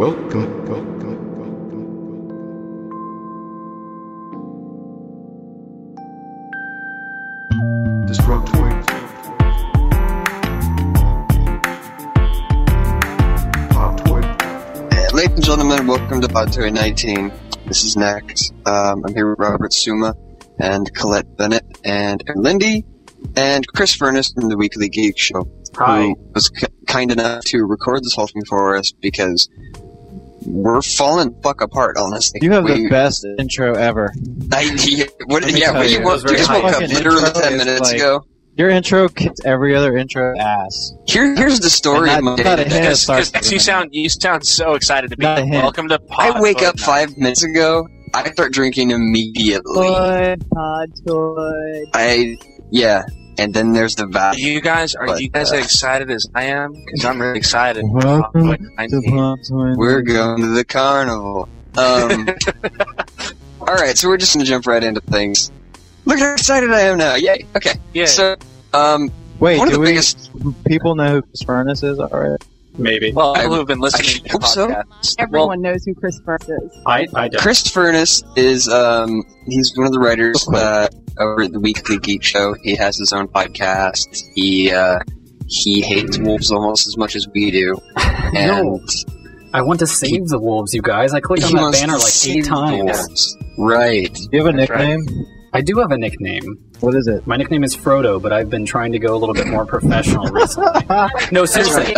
Welcome, welcome, welcome, welcome. Destructoid Poptoid Uh, Ladies and gentlemen, welcome to Podtoy 19. This is Next. Um, I'm here with Robert Suma and Colette Bennett and Aaron Lindy and Chris Furness from the Weekly Geek Show. Hi. Who was k- kind enough to record this whole thing for us because we're falling the fuck apart, honestly. You have we, the best intro ever. I, yeah, what, Let me yeah, tell what you, you, it woke- was very you just woke high. up Fucking literally intro 10 is minutes like- ago. Your intro kicks every other intro ass. Here, here's the story And of my not- not day. a hint of Because- sarcasm. Next, you sound you sound so excited to be Not a hint. welcome to. Pod I wake up Photo five minutes ago. I start drinking immediately. I yeah, and then there's the Night. value. You guys are But, you guys uh, excited as I am? Because I'm really excited. Welcome Pod Photo 19. We're going to the carnival. Um, all right, so we're just gonna jump right into things. Look how excited I am now! Yay! Okay, Yeah. so um, Wait, one of do the we, biggest people know who Chris Furnace is already? Maybe. well, I- people who've been listening I to hope so. podcasts. Well, Everyone knows who Chris Burns Oh, is. I, I don't. Chris Furness is um, he's one of the writers uh, over at the Weekly Geek Show. He has his own podcast. He uh, he hates wolves almost as much as we do, and I want to save the wolves, you guys. I clicked on he that wants banner to like save eight the times. wolves. Right. Do you have a That's nickname? I do have a nickname. What is it? My nickname is Frodo, but I've been trying to go a little bit more professional recently. No, seriously,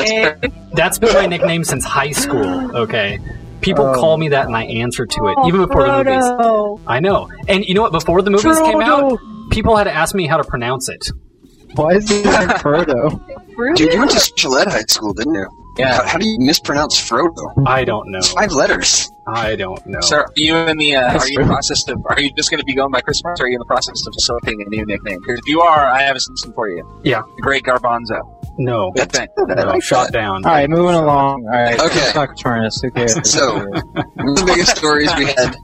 that's been my nickname since high school. Okay, people Oh. call me that, and I answer to Oh, it even before the movies. Oh, Frodo. I know, and you know what? Before the movies came out, Frodo. people had asked me how to pronounce it. Why is it like Frodo? Dude, you went to Gillette High School, didn't you? How, how do you mispronounce Frodo? I don't know. It's five letters. I don't know. So are you in the uh, are you in the process of are you just going to be going by Chris Marks? Or are you in the process of selecting a new nickname? 'Cause if you are, I have a solution for you. Yeah. the Great Garbanzo. No, Good thing. I no, like shot down. All right, moving along. All right, Okay. let's talk Furnace. Who cares? So- One of the biggest stories we had,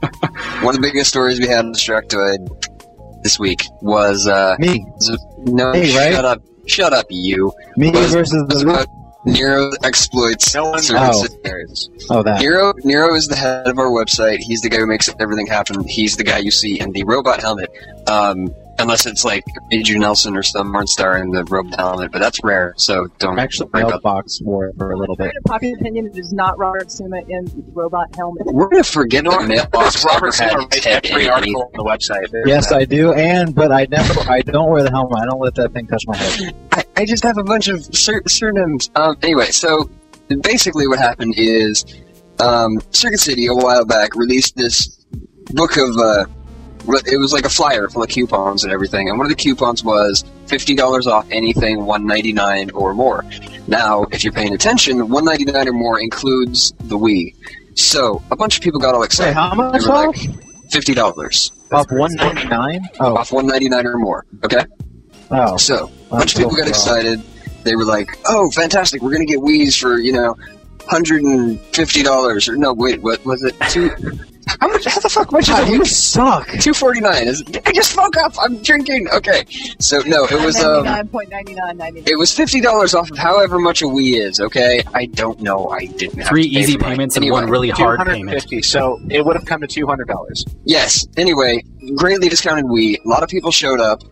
one of the biggest stories we had on Destructoid this week was, uh, me, z- no, Hey, right? shut up, shut up, you. me Was- versus It was the. about Nero exploits No one services. Oh, that. Nero, Nero is the head of our website. He's the guy who makes everything happen. He's the guy you see in the robot helmet. Um, unless it's like Major Nelson or some Morn Star in the robot helmet, but that's rare, so don't Actually, worry about Mailbox wore it for a little bit. In a popular opinion, it is not Robert Suma in Robot Helmet. We're gonna forget Nor that does mailbox Robert ever Seymour had write tech every in it. article on the website. There's Yes, that. I do, and but I never, I don't wear the helmet. I don't let that thing touch my head. I, I just have a bunch of sur- surnames. Um, anyway, so basically what happened is um, Circuit City a while back released this book of uh, what- it was like a flyer full of coupons and everything, and one of the coupons was fifty dollars off anything one ninety nine or more. Now, if you're paying attention, one ninety nine or more includes the Wii. So a bunch of people got all Wait, excited. how much They were off? Fifty dollars Off one ninety nine? Oh, off one ninety nine or more. Okay, oh. so a bunch of people got Oh, excited. They were like, "Oh, fantastic! We're gonna get Wii's for you know, hundred and fifty dollars." Or no, wait, what was it? Two? How much? How the fuck much is God, a you Wii? suck. Two forty nine. Is I just woke up. I'm drinking. Okay, so no, it was um, nine point ninety nine ninety nine. it was fifty dollars off of however much a Wii is. Okay, I don't know. I didn't. Have Three to pay easy for mine. payments and Anyway. one really hard payment. 250, so it would have come to two hundred dollars. Yes. Anyway, greatly discounted Wii. A lot of people showed up.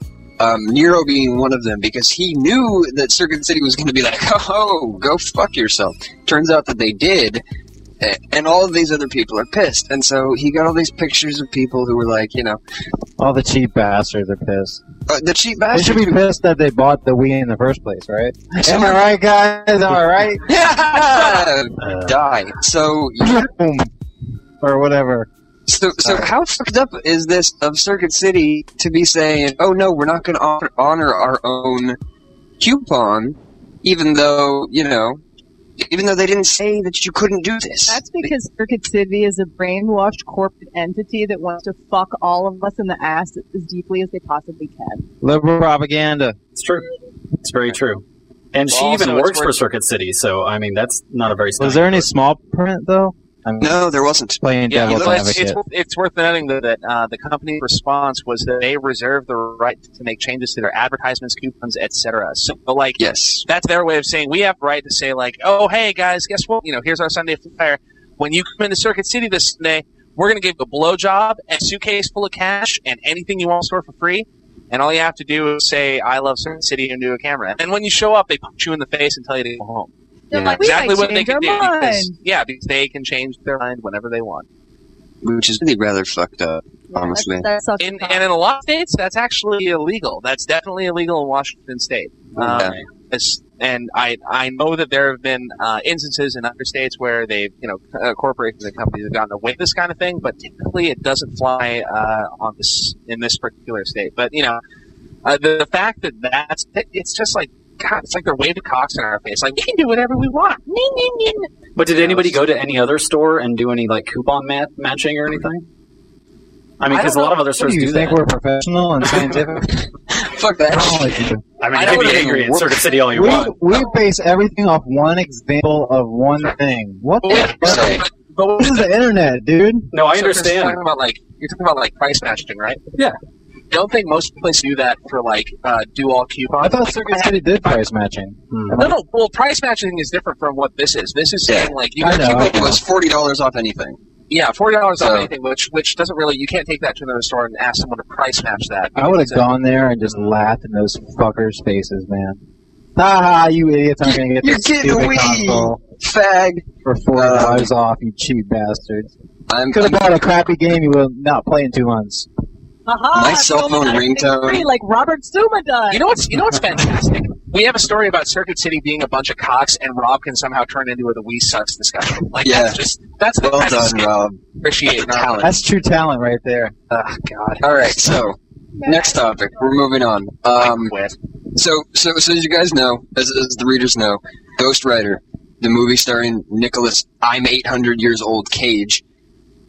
Um, Nero being one of them because he knew that Circuit City was going to be like, oh, go fuck yourself. Turns out that they did, a- and all of these other people are pissed. And so he got all these pictures of people who were like, you know, All the cheap bastards are pissed. uh, the cheap They bastard. should be pissed that they bought the Wii in the first place, right? Am I right, guys? Am I right? Yeah, Uh, die. So, Boom. or whatever. so, so how fucked up is this of Circuit City to be saying, oh no, we're not going to honor our own coupon, even though you know, even though they didn't say that you couldn't do this. That's because Circuit City is a brainwashed corporate entity that wants to fuck all of us in the ass as deeply as they possibly can. Liberal propaganda. It's true. It's very true. And she Well, even also, it's works for worth- Circuit City, so I mean that's not a very. Was there any small print though? I'm no, there wasn't. playing Yeah, devil's although it's, it's, advocate. worth- it's worth noting though, that uh, the company's response was that they reserve the right to make changes to their advertisements, coupons, etc. So, like, Yes, that's their way of saying we have the right to say, like, oh, hey guys, guess what? You know, here's our Sunday flyer. when you come into Circuit City this Sunday, we're going to give you a blowjob and a suitcase full of cash and anything you want in store for free. And all you have to do is say, I love Circuit City and do a camera. And then when you show up, they punch you in the face and tell you to go home. They're Yeah. like, we exactly might what they change our can do. mind. Because, yeah, because they can change their mind whenever they want. which is really rather fucked up. Honestly. Yeah, that's, that's such a In, con. and in a lot of states, that's actually illegal. That's definitely illegal in Washington state. Um, Yeah. it's- And I, I know that there have been uh, instances in other states where they've, you know, uh, corporations and companies have gotten away with this kind of thing, but typically it doesn't fly uh, on this in this particular state. But you know, uh, the, the fact that that's it's just like God, it's like they're waving cocks in our face. Like we can do whatever we want. Nee, nee, nee, nee. But did Yeah, anybody it's- go to any other store and do any like coupon ma- matching or anything? I mean, I because a don't lot of other What stores do do you think that. we're professional and scientific? Fuck that. Oh I mean, I you can don't be think angry it at Circuit City all you we, want. we base everything off one example of one thing. What But wait, the fuck? but- but what- This is the internet, dude. No, So I if You're understand. talking about like you're talking about like price matching, right? Yeah. I don't think most places do that for like uh, do all coupons. I thought Circuit City did price matching. Hmm. no, no. Well, price matching is different from what this is. This is Yeah. saying like you I can know. keep It was forty dollars off anything. yeah forty dollars So- off anything, which which doesn't really you can't take that to another store and ask someone to price match that. I would have It's a- gone there and just laughed in those fuckers' faces, man. Ha ha! You idiots! I'm gonna get You're this getting stupid weed. Uh, console Fag. for forty dollars off. You cheap bastards! I'm, Could have I'm bought a crappy game you will not play in two months. Aha, My cell someone phone got it for ringtone. free, like Robert Stuma does. You know what's you know what's fantastic? We have a story about Circuit City being a bunch of cocks, and Rob can somehow turn into a the we sucks discussion. Like Yeah. that's just that's the well kind of done, skill Rob. we appreciate in our That's true talent right there. Oh God, All right, so next topic. We're moving on. Um, I quit. so, so, so as you guys know, as, as the readers know, Ghost Rider, the movie starring Nicholas I'm 800 years old Cage,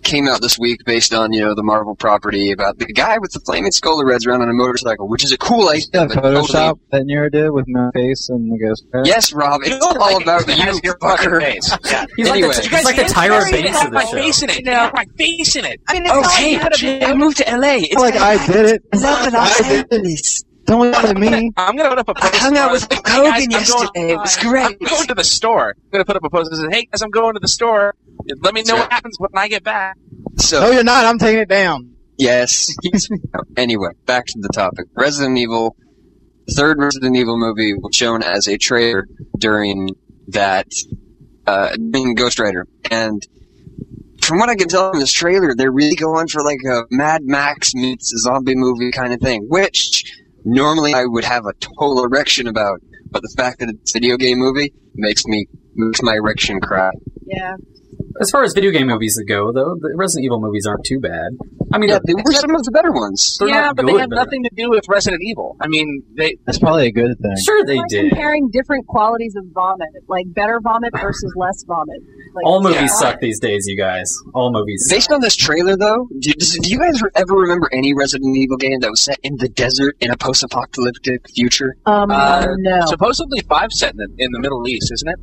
came out this week based on you know the Marvel property about the guy with the flaming skull that rides around on a motorcycle, which is a cool idea. That But totally, Photoshop that Nero did with my face and the ghost. hair. yes, Rob, it's all Like, about it has you, your fucking fucker. face. Yeah. He's Anyway. like the, You he's like the it's Tyra very- Banks of it's the my like show. face in it. No. Have my face in it. I mean, it's Oh, all hey, you could have I done. moved to LA. It's like I did it. I did it. Don't look at me. I'm gonna put up a I post. hung out on- with Hey, guys, I'm Hogan going- yesterday. It was I'm great. going to the store. I'm gonna put up a post that says, "Hey guys, I'm going to the store. Let me know Sure. what happens when I get back." So No, you're not. I'm taking it down. Yes. anyway, back to the topic. Resident Evil, third Resident Evil movie was shown as a trailer during that, uh, during Ghost Rider. And from what I can tell from this trailer, they're really going for like a Mad Max meets a zombie movie kind of thing, which normally I would have a total erection about. But the fact that it's a video game movie makes me, makes my erection cry. Yeah. As far as video game movies go, though, the Resident Evil movies aren't too bad. I mean, Yeah, they're- they were some of the better ones. They're yeah, not but they good, had though. nothing to do with Resident Evil. I mean, they. That's probably a good thing. sure they We're did. comparing different qualities of vomit, like better vomit versus less vomit. Like, All movies Yeah. suck these days, you guys. All movies. Based on this trailer, though, do, does- do you guys re- ever remember any Resident Evil game that was set in the desert in a post-apocalyptic future? Um, Uh, no. Supposedly five set in the, in the Middle East, isn't it?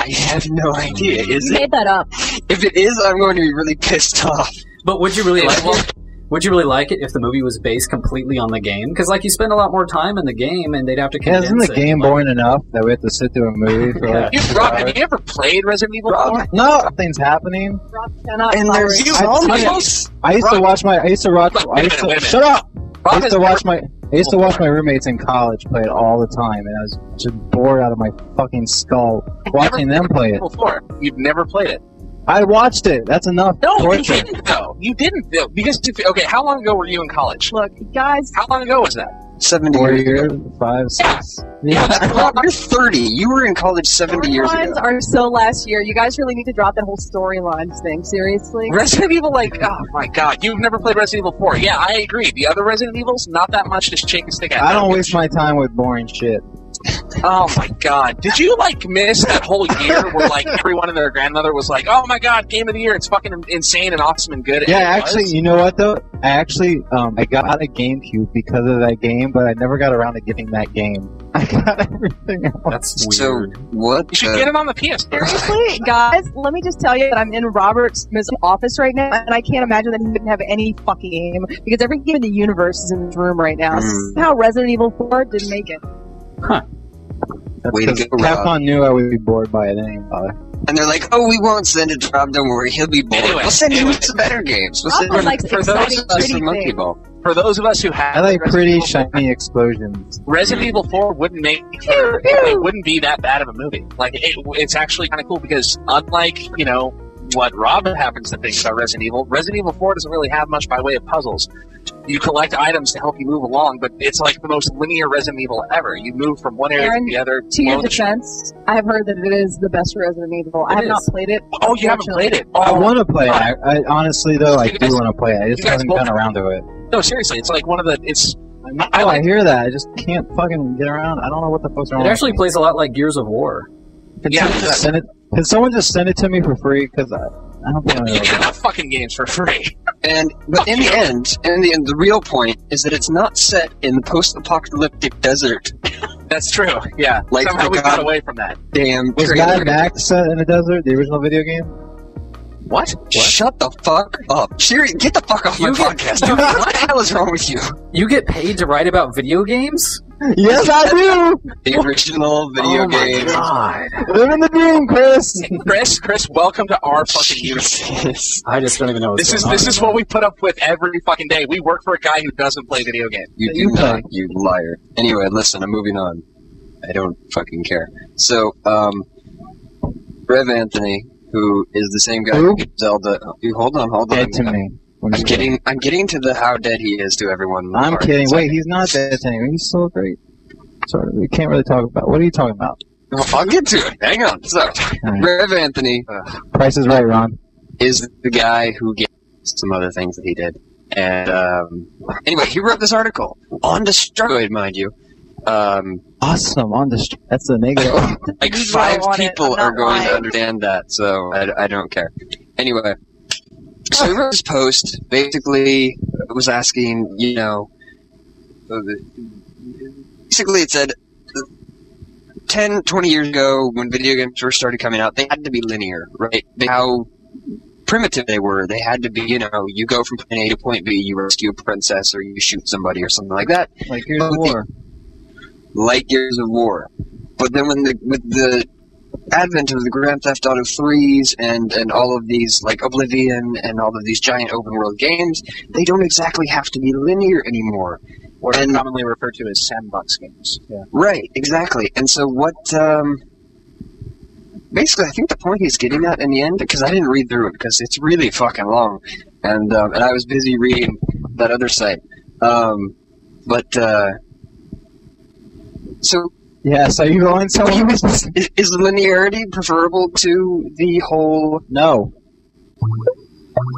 I have no idea. Is You it? made that up. If it is, I'm going to be really pissed off. But would you really Yeah, like it? Would you really like it if the movie was based completely on the game? Because like you spend a lot more time in the game, and they'd have to Yeah, condense isn't the it, game like- boring enough that we have to sit through a movie for like You, Rob, have you ever played Resident Evil? before? no, nothing's happening. Rob cannot And there's tolerate- I- zombies. I used to watch my. I used to watch. Wait a I used minute, wait a to, minute. shut up. I Rob used has to never- watch my. I used to watch my roommates in college play it all the time, and I was just bored out of my fucking skull watching them play it. before. You've never played it. I watched it. That's enough. No, you torture. didn't though. You didn't though. Because if, okay, how long ago were you in college? Look, guys, How long ago was that? Seventy Four years. years, five, six. Yeah. Rob, you're 30. You were in college 70 years storylines ago. are so last year. You guys really need to drop that whole storylines thing. Seriously? Resident Evil, like, oh my god, you've never played Resident Evil 4. Yeah, I agree. The other Resident Evils, not that much to shake a stick at. I don't waste my time with boring shit. Oh my god. Did you, like, miss that whole year where, like, everyone and their grandmother was like, oh my god, game of the year, it's fucking insane and awesome and good. And Yeah, it actually, was? you know what though? I actually, um, I got a GameCube because of that game, but I never got around to getting that game. I got everything else. That's So, weird. what? You should the- get it on the PS. Seriously, guys, let me just tell you that I'm in Robert's office right now, and I can't imagine that he wouldn't have any fucking game because every game in the universe is in this room right now. Mm. Somehow Resident Evil 4 didn't make it. That's Way to 'cause go, Rob. Capcom knew I would be bored by it anyway. And they're like, oh, we won't send it to Rob, don't worry, he'll be bored. Anyway, we'll send him anyway. some better games. We'll send Rob him likes for exciting, those of us pretty in Monkey things. Ball. For those of us who have I like Resident pretty Evil- shiny explosions. Resident Evil 4 wouldn't make for, it wouldn't be that bad of a movie. Like it, it's actually kind of cool because unlike you know what Robin happens to think about Resident Evil, Resident Evil 4 doesn't really have much by way of puzzles. You collect items to help you move along, but it's like the most linear Resident Evil ever. You move from one area Aaron, to the other. To blow your the shit- defense, I have heard that it is the best Resident Evil. I It have not is. played it. oh, you haven't played it. I Oh, want to play it. I, I, honestly, though, I You do guys- want to play it. I just you guys haven't both- gotten around to it. Oh, no, seriously, it's like one of the. It's I Oh, I like hear that. I just can't fucking get around. I don't know what the fuck's wrong. It with actually me. plays a lot like Gears of War. Can Yeah. someone just send it? Can someone just send it to me for free? Because I, I don't think I you know. get that fucking games for free. And but in the end, in the end, the real point is that it's not set in the post-apocalyptic desert. That's true. Yeah, Like, somehow I we got got- away from that. Damn, Was trailer. Mad Max set in the desert? The original video game? What? Shut the fuck up, Siri! Get the fuck off my You get- podcast. what the hell is wrong with you? You get paid to write about video games? Yes, I do. The original video oh game. my god. Living the dream, Chris. Chris, Chris, welcome to our fucking universe. Jesus. I just don't even know. What's This is going this on is what we put up with every fucking day. We work for a guy who doesn't play video games. You You do play. not, you liar. Anyway, listen, I'm moving on. I don't fucking care. So, um, Rev Anthony, who is the same guy Who? who gave Zelda. You hold on, hold on. Dead to me. I'm I'm just kidding. getting, I'm getting to the how dead he is to everyone. I'm part. kidding. So- Wait, he's not dead to me. He's so great. Sorry, we can't really talk about. What are you talking about? I'll get to it. Hang on. So, right. Rev Anthony uh, Price is right, Ron. is the guy who gave some other things that he did. And um, anyway, he wrote this article on Destructoid, mind you. Um, Awesome on the. St- that's the negative. like You five don't want it. people I'm not are going to lying. understand that, so I, I don't care. Anyway, so he wrote this post. Basically, it was asking, you know, uh, basically it said uh, 10, 20 years ago when video games first started coming out, they had to be linear, right? They, how primitive they were. They had to be, you know, you go from point A to point B, you rescue a princess or you shoot somebody or something like that like here's the war. like Gears of War. But then when the with the advent of the Grand Theft Auto threes and and all of these like Oblivion and all of these giant open world games, they don't exactly have to be linear anymore. Or And- commonly referred to as sandbox games. Yeah. Right, exactly. And so what? Um, basically, I think the point he's getting at in the end, because I didn't read through it because it's really fucking long, and um, and I was busy reading that other site. Um, but uh, so Yeah. So you going So he somewhere? was, is, is linearity preferable to the whole? No.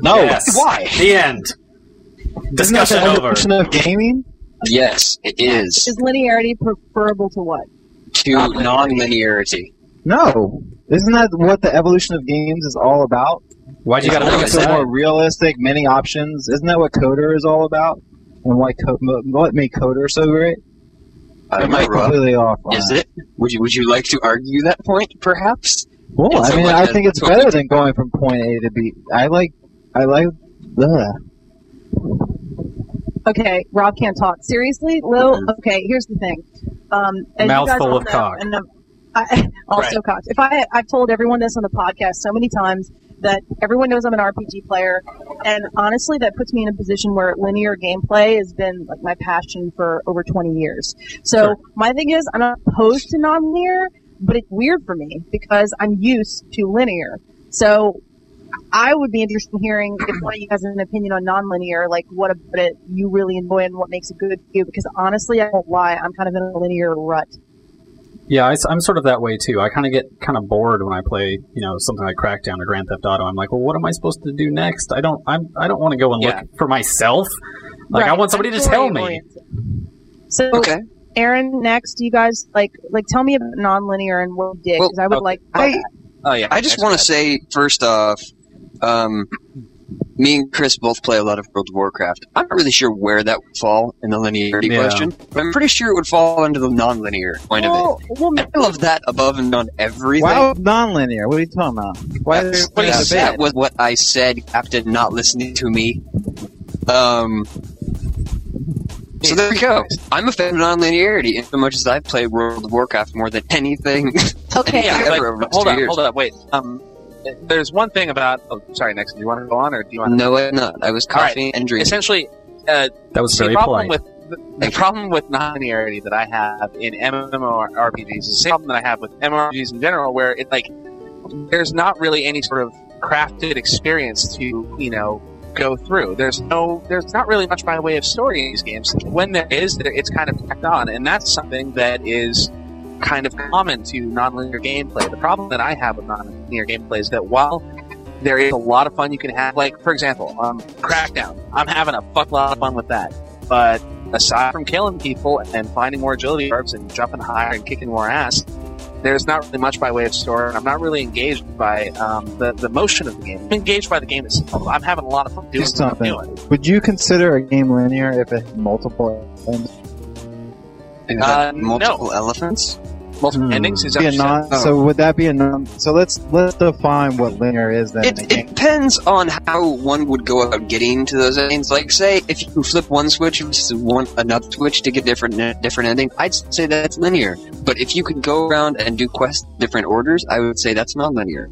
No. Yes. Why? The end. Isn't that the Discussion over. definition of gaming? Yes, it is Is linearity preferable to what? to non-linearity. No. Isn't that what the evolution of games is all about? Why'd you It's gotta not make like it It's so that. hard? more realistic, many options. Isn't that what Coder is all about? And why co- mo- what made Coder so great? I Am I completely off. on Is that? it? Would you Would you like to argue that point, perhaps? Well, It's I mean, somewhat I that- think it's that's what we better than going from point A to B. I like, I like, ugh. Okay, Rob can't talk. Seriously, Lil. Okay, here's the thing. Um, as you guys Mouthful all of know, cock. and, um, I, also Right. cock. If I I've told everyone this on the podcast so many times that everyone knows I'm an RPG player, and honestly, that puts me in a position where linear gameplay has been like my passion for over 20 years. So Sure. my thing is, I'm not opposed to non-linear, but it's weird for me because I'm used to linear. So I would be interested in hearing if one of you has an opinion on nonlinear, like what about it you really enjoy and what makes it good for you. Because honestly, I won't lie, I'm kind of in a linear rut. Yeah, I, am sort of that way too. I kind of get kind of bored when I play, you know, something like Crackdown or Grand Theft Auto. I'm like, well, what am I supposed to do next? I don't, I'm, I don't want to go and Yeah. look for myself. Like, I Right. want somebody to I'm tell story me. oriented. So, Okay. Aaron, next, you guys like like tell me about nonlinear and what you did because I would okay. like. I Oh yeah. I just That's want to bad. say first off, um, me and Chris both play a lot of World of Warcraft. I'm not really sure where that would fall in the linearity Yeah. question, but I'm pretty sure it would fall under the non-linear point of it. well, well, I love that above and on everything. Wow, nonlinear. What are you talking about? Why is What he there a said debate? was what I said, Captain, not listening to me. Um, So there we go. I'm a fan of nonlinearity in so much as I've played World of Warcraft more than anything. Okay. Yeah. but- ever over hold two on, years. hold on, wait. Um, there's one thing about. Oh, sorry, next. Do you want to go on, or do you want? no, I'm not. I was All right. coughing and drinking. Essentially, That was See, very the problem polite. with the, the problem with nonlinearity that I have in MMORPGs is the same problem that I have with MMORPGs in general, where it like there's not really any sort of crafted experience to you know go through. There's no, there's not really much by way of story in these games. When there is, there- it's kind of tacked on, and that's something that is kind of common to nonlinear gameplay. The problem that I have with nonlinear gameplay is that while there is a lot of fun you can have, like for example, um, Crackdown. I'm having a fuck lot of fun with that, but aside from killing people and finding more agility herbs and jumping higher and kicking more ass. There's not really much by way of story, and I'm not really engaged by um, the, the motion of the game. I'm engaged by the game itself. I'm having a lot of fun doing Just what I'm something. doing. Would you consider a game linear if it had multiple ends? Is that Uh, no. multiple elephants? multiple Hmm. endings is Be a actually- non- Oh. So would that be a non? So let's let's define what linear is then. It, in a it game. depends on how one would go about getting to those endings. Like, say, if you flip one switch versus one another switch to get different different ending, I'd say that's linear. But if you could go around and do quests in different orders, I would say that's non-linear.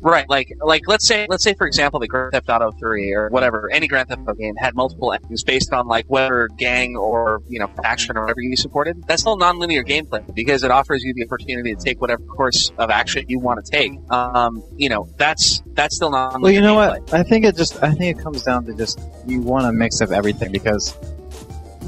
right like like let's say let's say for example the Grand Theft Auto 3 or whatever any Grand Theft Auto game had multiple endings based on like whether gang or you know faction or whatever you supported that's still non-linear gameplay because it offers you the opportunity to take whatever course of action you want to take um you know that's that's still non Well, you know what? I think it just I think it comes down to just you want a mix of everything because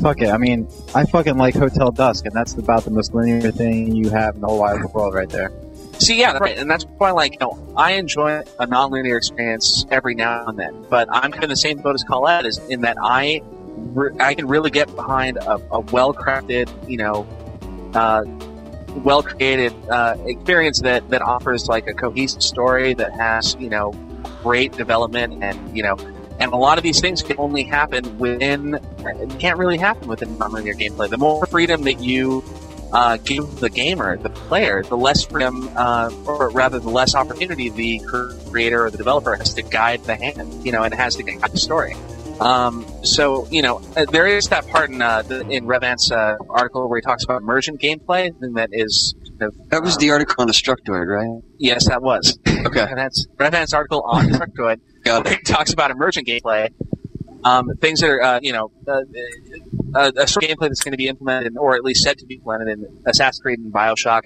fuck it. I mean, I fucking like Hotel Dusk, and that's about the most linear thing you have in the whole wide world, right there. See, yeah, right, and that's why, like, you know, I enjoy a nonlinear experience every now and then, but I'm kind of the same boat as Colette, is in that I, re- I can really get behind a, a well-crafted, you know, uh, well-created uh, experience that that offers like a cohesive story that has, you know, great development and you know. And a lot of these things can only happen within, it can't really happen within nonlinear gameplay. The more freedom that you uh, give the gamer, the player, the less freedom, uh, or rather, the less opportunity the creator or the developer has to guide the hand, you know, and has to guide the story. Um, so, you know, uh, there is that part in, uh, the, in Revant's uh, article where he talks about emergent gameplay, and that is kind of That was Um, the article on Destructoid, right? Yes, that was. Okay. Revant's, Revant's article on Destructoid Got it. it talks about emergent gameplay. Um, things that are, uh, you know, uh, uh, a sort of gameplay that's going to be implemented, or at least said to be implemented in Assassin's Creed and Bioshock,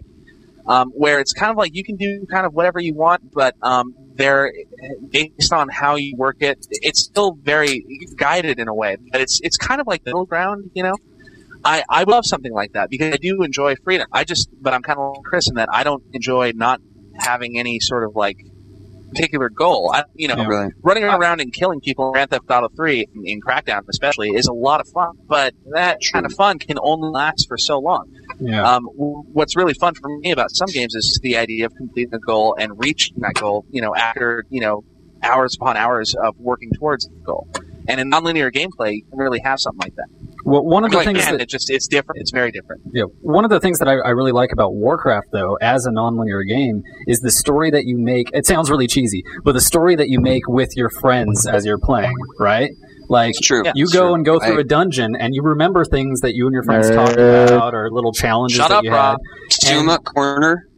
um, where it's kind of like you can do kind of whatever you want, but um, they're based on how you work it. It's still very guided in a way, but it's it's kind of like middle ground, you know. I, I love something like that because I do enjoy freedom. I just, but I'm kind of like Chris in that I don't enjoy not having any sort of like particular goal. I, you know, Yeah. Right. running Uh, around and killing people in Grand Theft Auto 3, in- in Crackdown especially, is a lot of fun. But that kind of fun can only last for so long. Yeah. Um, w- what's really fun for me about some games is the idea of completing a goal and reaching that goal, you know, after, you know, hours upon hours of working towards the goal. And in nonlinear gameplay, you can really have something like that. well, one of the Like, things man, that it just, it's different. It's very different. Yeah, one of the things that I, I really like about Warcraft, though, as a nonlinear game, is the story that you make. It sounds really cheesy, but the story that you make with your friends as you're playing, right? Like It's true. Yeah. you It's go true. and go through I- a dungeon, and you remember things that you and your friends talked Nerd. about, or little challenges Shut that up, you Rob. Suma corner. had.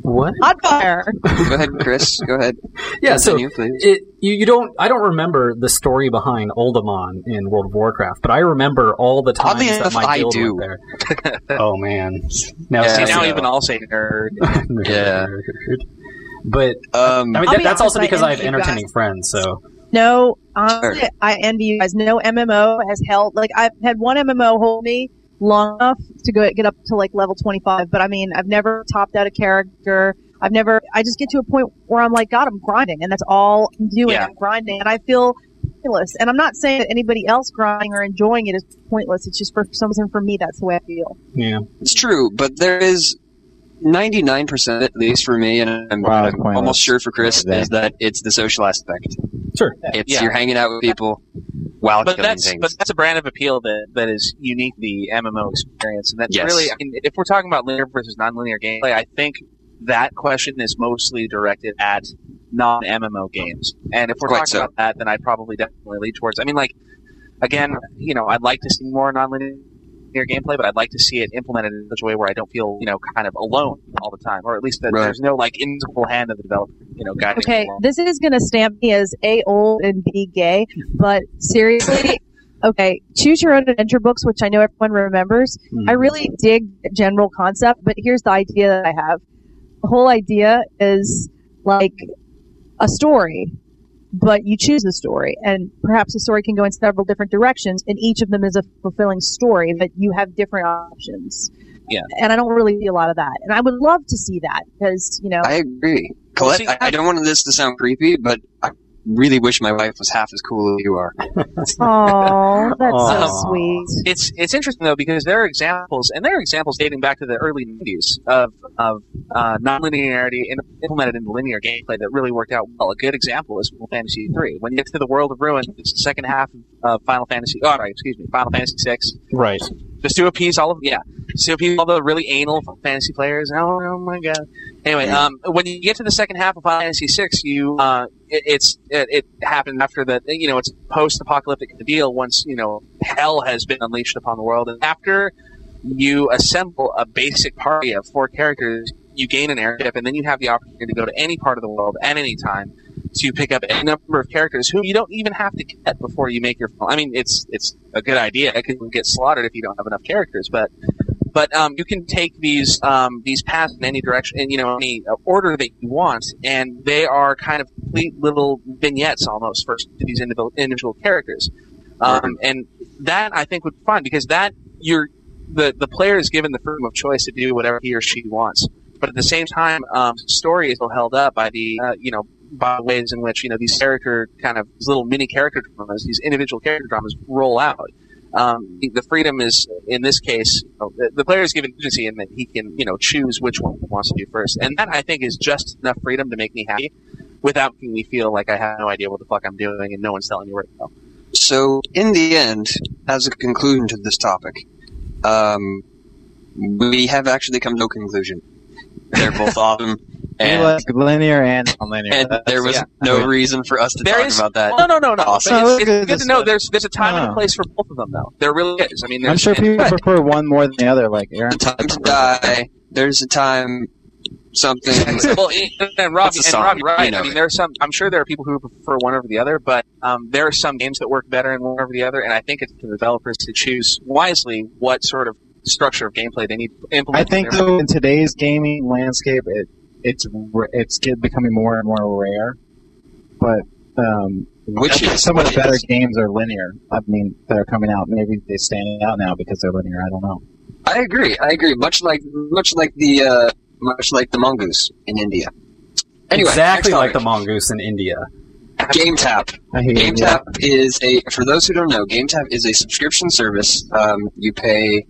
What? Hot fire. Go ahead, Chris. Go ahead. Yeah. So Continue, please. it you, you don't I don't remember the story behind Oldamon in World of Warcraft, but I remember all the times Oddly that enough, my I guild do. went there. oh man! Now, Yeah, See, now so- even I'll say nerd. Yeah. But Um, I mean, I'll that, be that's honest, also I because I have envy you guys. entertaining friends, so No, honestly, Sure. I envy you guys. No MMO has held like I've had one MMO hold me long enough to go get up to like level 25, but I mean, I've never topped out a character. I've never. I just get to a point where I'm like, God, I'm grinding, and that's all I'm doing. Yeah. I'm grinding, and I feel pointless. And I'm not saying that anybody else grinding or enjoying it is pointless. It's just for some reason for me, that's the way I feel. yeah. It's true, but there is 99% at least for me, and I'm, Wow, that's I'm pointless. almost sure for Chris, Yeah. is that it's the social aspect. Sure. It's Yeah. you're hanging out with people while but killing that's things. but that's a brand of appeal that, that is unique to the MMO experience, and that's Yes. really I mean, if we're talking about linear versus nonlinear gameplay, I think that question is mostly directed at non MMO games, and if we're Quite talking so. about that, then I'd probably definitely lead towards. I mean, like again, you know, I'd like to see more nonlinear gameplay, but I'd like to see it implemented in such a way where I don't feel, you know, kind of alone all the time, or at least that Right. there's no like invisible hand of the developer, you know, guiding. me Okay, along. this is gonna stamp me as a old and b gay, but seriously, okay, choose your own adventure books, which I know everyone remembers. I Mm-hmm. Mm, really dig the general concept, but here's the idea that I have. The whole idea is like a story, but you choose the story, and perhaps the story can go in several different directions, and each of them is a fulfilling story that you have different options. Yeah. And I don't really see a lot of that, and I would love to see that because you know. I agree. Colette, see, I, I don't want this to sound creepy, but I really wish my wife was half as cool as you are. Oh, that's Aw. so sweet. it's it's interesting though because there are examples, and there are examples dating back to the early '90s of of uh, nonlinearity in, implemented into linear gameplay that really worked out well. A good example is Final Fantasy III. When you get to the World of Ruin, it's the second half of Final Fantasy. Oh, sorry, excuse me, Final Fantasy VI. Right. Just to appease all of yeah, just to appease all the really anal fantasy players. Oh, oh my god. Anyway, um, when you get to the second half of Final Fantasy VI, you uh, it, it's it, it happens after the you know it's post-apocalyptic deal. Once you know hell has been unleashed upon the world, and after you assemble a basic party of four characters, you gain an airship, and then you have the opportunity to go to any part of the world at any time to pick up any number of characters who you don't even have to get before you make your. I mean, it's it's a good idea because you get slaughtered if you don't have enough characters, but but um, you can take these um, these paths in any direction, in you know any uh, order that you want, and they are kind of complete little vignettes almost for these individual, individual characters, um, and that I think would be fun because that you're the the player is given the freedom of choice to do whatever he or she wants, but at the same time, um, story is still held up by the uh, you know by ways in which you know these character kind of these little mini character dramas, these individual character dramas roll out. Um, the- the freedom is in this case you know, the, the player is given agency in that he can you know choose which one he wants to do first, and that I think is just enough freedom to make me happy without making me feel like I have no idea what the fuck I'm doing and no one's telling me where to go. So, in the end, as a conclusion to this topic, um, we have actually come to no conclusion. They're both awesome, We and, like linear and non-linear. and That's- there was yeah. no reason for us to There talk is- about that. No, no, no, no. Awesome. But Oh, It's, good it's good to this- know there's there's a time and Oh. a place for both of them, though. There really is. I mean, there's, I'm sure and- people prefer one more than the other, like Aaron. Time to die. There's a time something. well, and, and Robbie, That's a song, and Robbie, right? you know I mean, it. there are some. I'm sure there are people who prefer one over the other, but um, there are some games that work better in one over the other, and I think it's the developers to choose wisely what sort of structure of gameplay they need to I implement. think in their- though in today's gaming landscape, it it's r- it's get- becoming more and more rare. But um, Which I think is- some of which the better is. games are linear. I mean, that are coming out. Maybe they're standing out now because they're linear. I don't know. I agree. I agree. Much like much like the uh, much like the mongoose in India. Anyway, exactly next like the topic. mongoose in India. Game Tap. I hate it. GameTap is a for those who don't know, GameTap is a subscription service. Um, you pay,